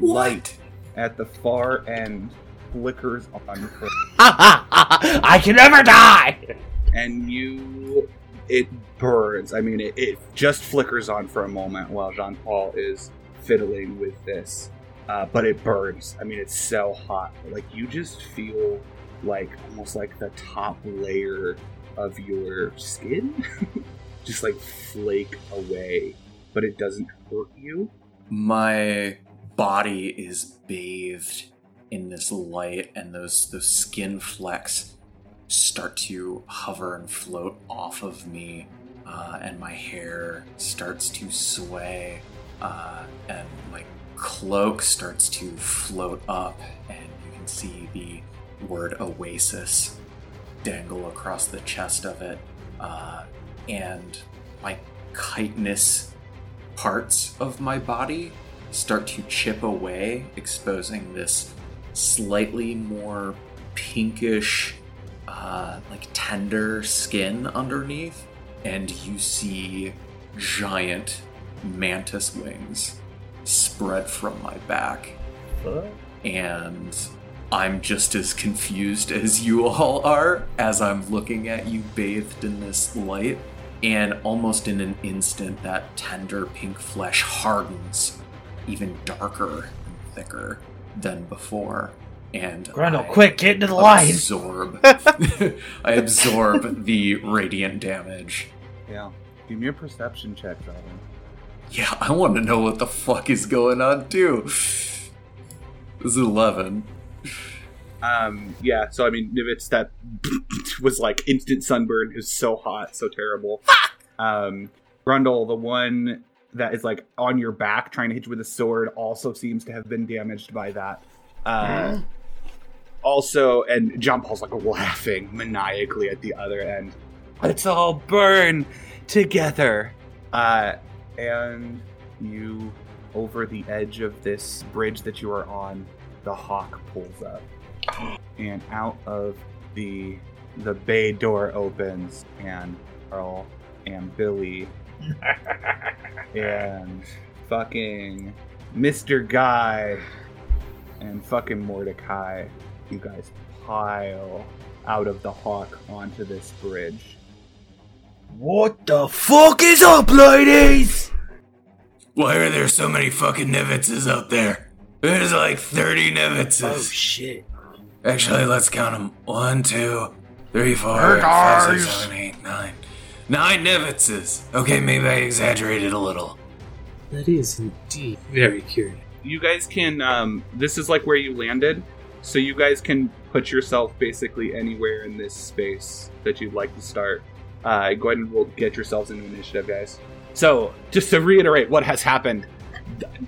S7: Light.
S2: At the far end, flickers on, her,
S10: I can never die.
S2: and you it burns. I mean, it, it just flickers on for a moment while Jean Paul is fiddling with this, uh, but it burns. I mean, it's so hot. Like you just feel like almost like the top layer of your skin [LAUGHS] just like flake away, but it doesn't hurt you.
S7: My body is bathed in this light, and those those skin flecks start to hover and float off of me, uh, and my hair starts to sway, uh, and my cloak starts to float up, and you can see the word oasis dangle across the chest of it, uh, and my chitinous parts of my body start to chip away, exposing this slightly more pinkish, uh, like tender skin underneath. And you see giant mantis wings spread from my back. And I'm just as confused as you all are as I'm looking at you bathed in this light. And almost in an instant, that tender pink flesh hardens even darker and thicker than before. And
S10: Grendel,
S7: I
S10: quick, get into the light.
S7: Absorb. [LAUGHS] I absorb the radiant damage.
S2: Yeah. Give me a perception check, Zaldwin.
S7: Yeah, I want to know what the fuck is going on too. This is eleven.
S2: Um, yeah, so I mean, Nivitz, that [LAUGHS] was like instant sunburn. It was so hot, so terrible. um, Grundle, the one that is like on your back trying to hit you with a sword, also seems to have been damaged by that. Uh, also, and John Paul's like laughing maniacally at the other end. Let's all burn together. Uh, and you, over the edge of this bridge that you are on, the hawk pulls up and out of the the bay door opens and Carl and Billy and fucking Mr. Guy and fucking Mordecai you guys pile out of the hawk onto this bridge.
S8: What the fuck is up, ladies?
S7: Why are there so many fucking Nivitzes out there? There's like 30
S6: Oh
S7: Nivitzes.
S6: shit!
S7: Actually, let's count them. One, two, three, four,
S4: Hey,
S7: five, six,
S4: guys.
S7: seven, eight, nine. Nine Nivitzes. Okay, maybe I exaggerated a little.
S5: That is indeed very curious.
S2: You guys can um this is like where you landed. So you guys can put yourself basically anywhere in this space that you'd like to start. Uh, go ahead and we'll get yourselves into initiative, guys. So, just to reiterate what has happened,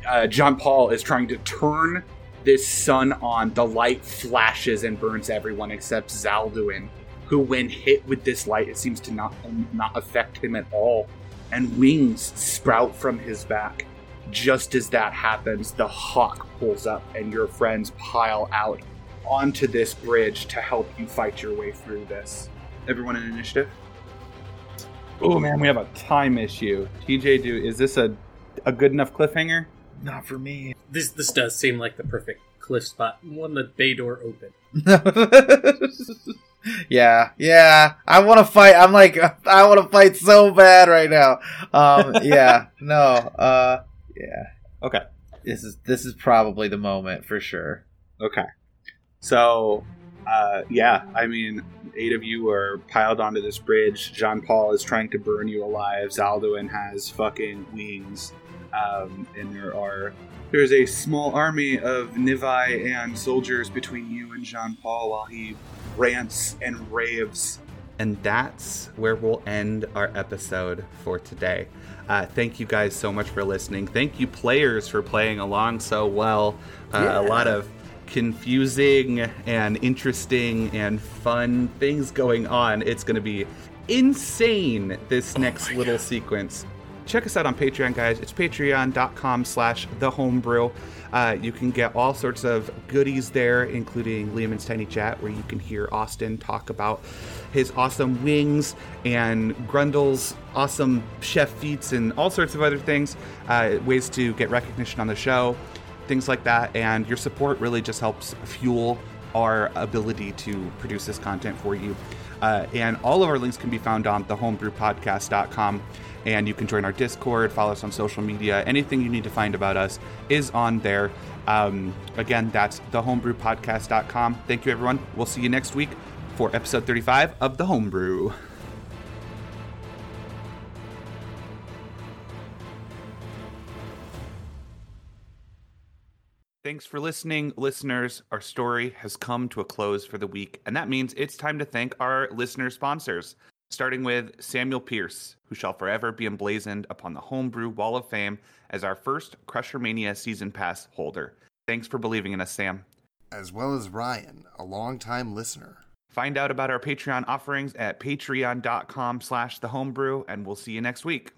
S2: uh, John Paul is trying to turn this sun on. The light flashes and burns everyone except Zalduin, who, when hit with this light, it seems to not not affect him at all. And wings sprout from his back. Just as that happens, the hawk pulls up, and your friends pile out onto this bridge to help you fight your way through this. Everyone in initiative. Oh man, we have a time issue. TJ, do is this a a good enough cliffhanger?
S8: Not for me.
S5: This this does seem like the perfect cliff spot. One the bay door open.
S10: [LAUGHS] yeah, yeah. I want to fight. I'm like, I want to fight so bad right now. Um, yeah, no, uh, yeah.
S2: Okay.
S10: This is this is probably the moment for sure.
S2: Okay. So, uh, yeah, I mean, eight of you are piled onto this bridge. Jean Paul is trying to burn you alive. Zalduin has fucking wings. Um, and there are. There's a small army of Nivi and soldiers between you and Jean Paul while he rants and raves. And that's where we'll end our episode for today. Uh, thank you guys so much for listening. Thank you, players, for playing along so well. Uh, A lot of confusing and interesting and fun things going on. It's going to be insane this next little sequence. check us out on Patreon, guys. It's patreon.com slash thehomebrew. Uh, you can get all sorts of goodies there, including Liam's Tiny Chat, where you can hear Austin talk about his awesome wings and Grundle's awesome chef feats and all sorts of other things, uh, ways to get recognition on the show, things like that. And your support really just helps fuel our ability to produce this content for you. Uh, and all of our links can be found on thehomebrewpodcast.com. And you can join our Discord, follow us on social media. Anything you need to find about us is on there. Um, again, that's thehomebrewpodcast.com. Thank you, everyone. We'll see you next week for episode 35 of The Homebrew. Thanks for listening, listeners. Our story has come to a close for the week, and that means it's time to thank our listener sponsors, starting with Samuel Pierce, who shall forever be emblazoned upon the Homebrew Wall of Fame as our first Crushermania season pass holder. Thanks for believing in us, Sam.
S9: As well as Ryan, a longtime listener.
S2: Find out about our Patreon offerings at patreon.com slash the homebrew, and we'll see you next week.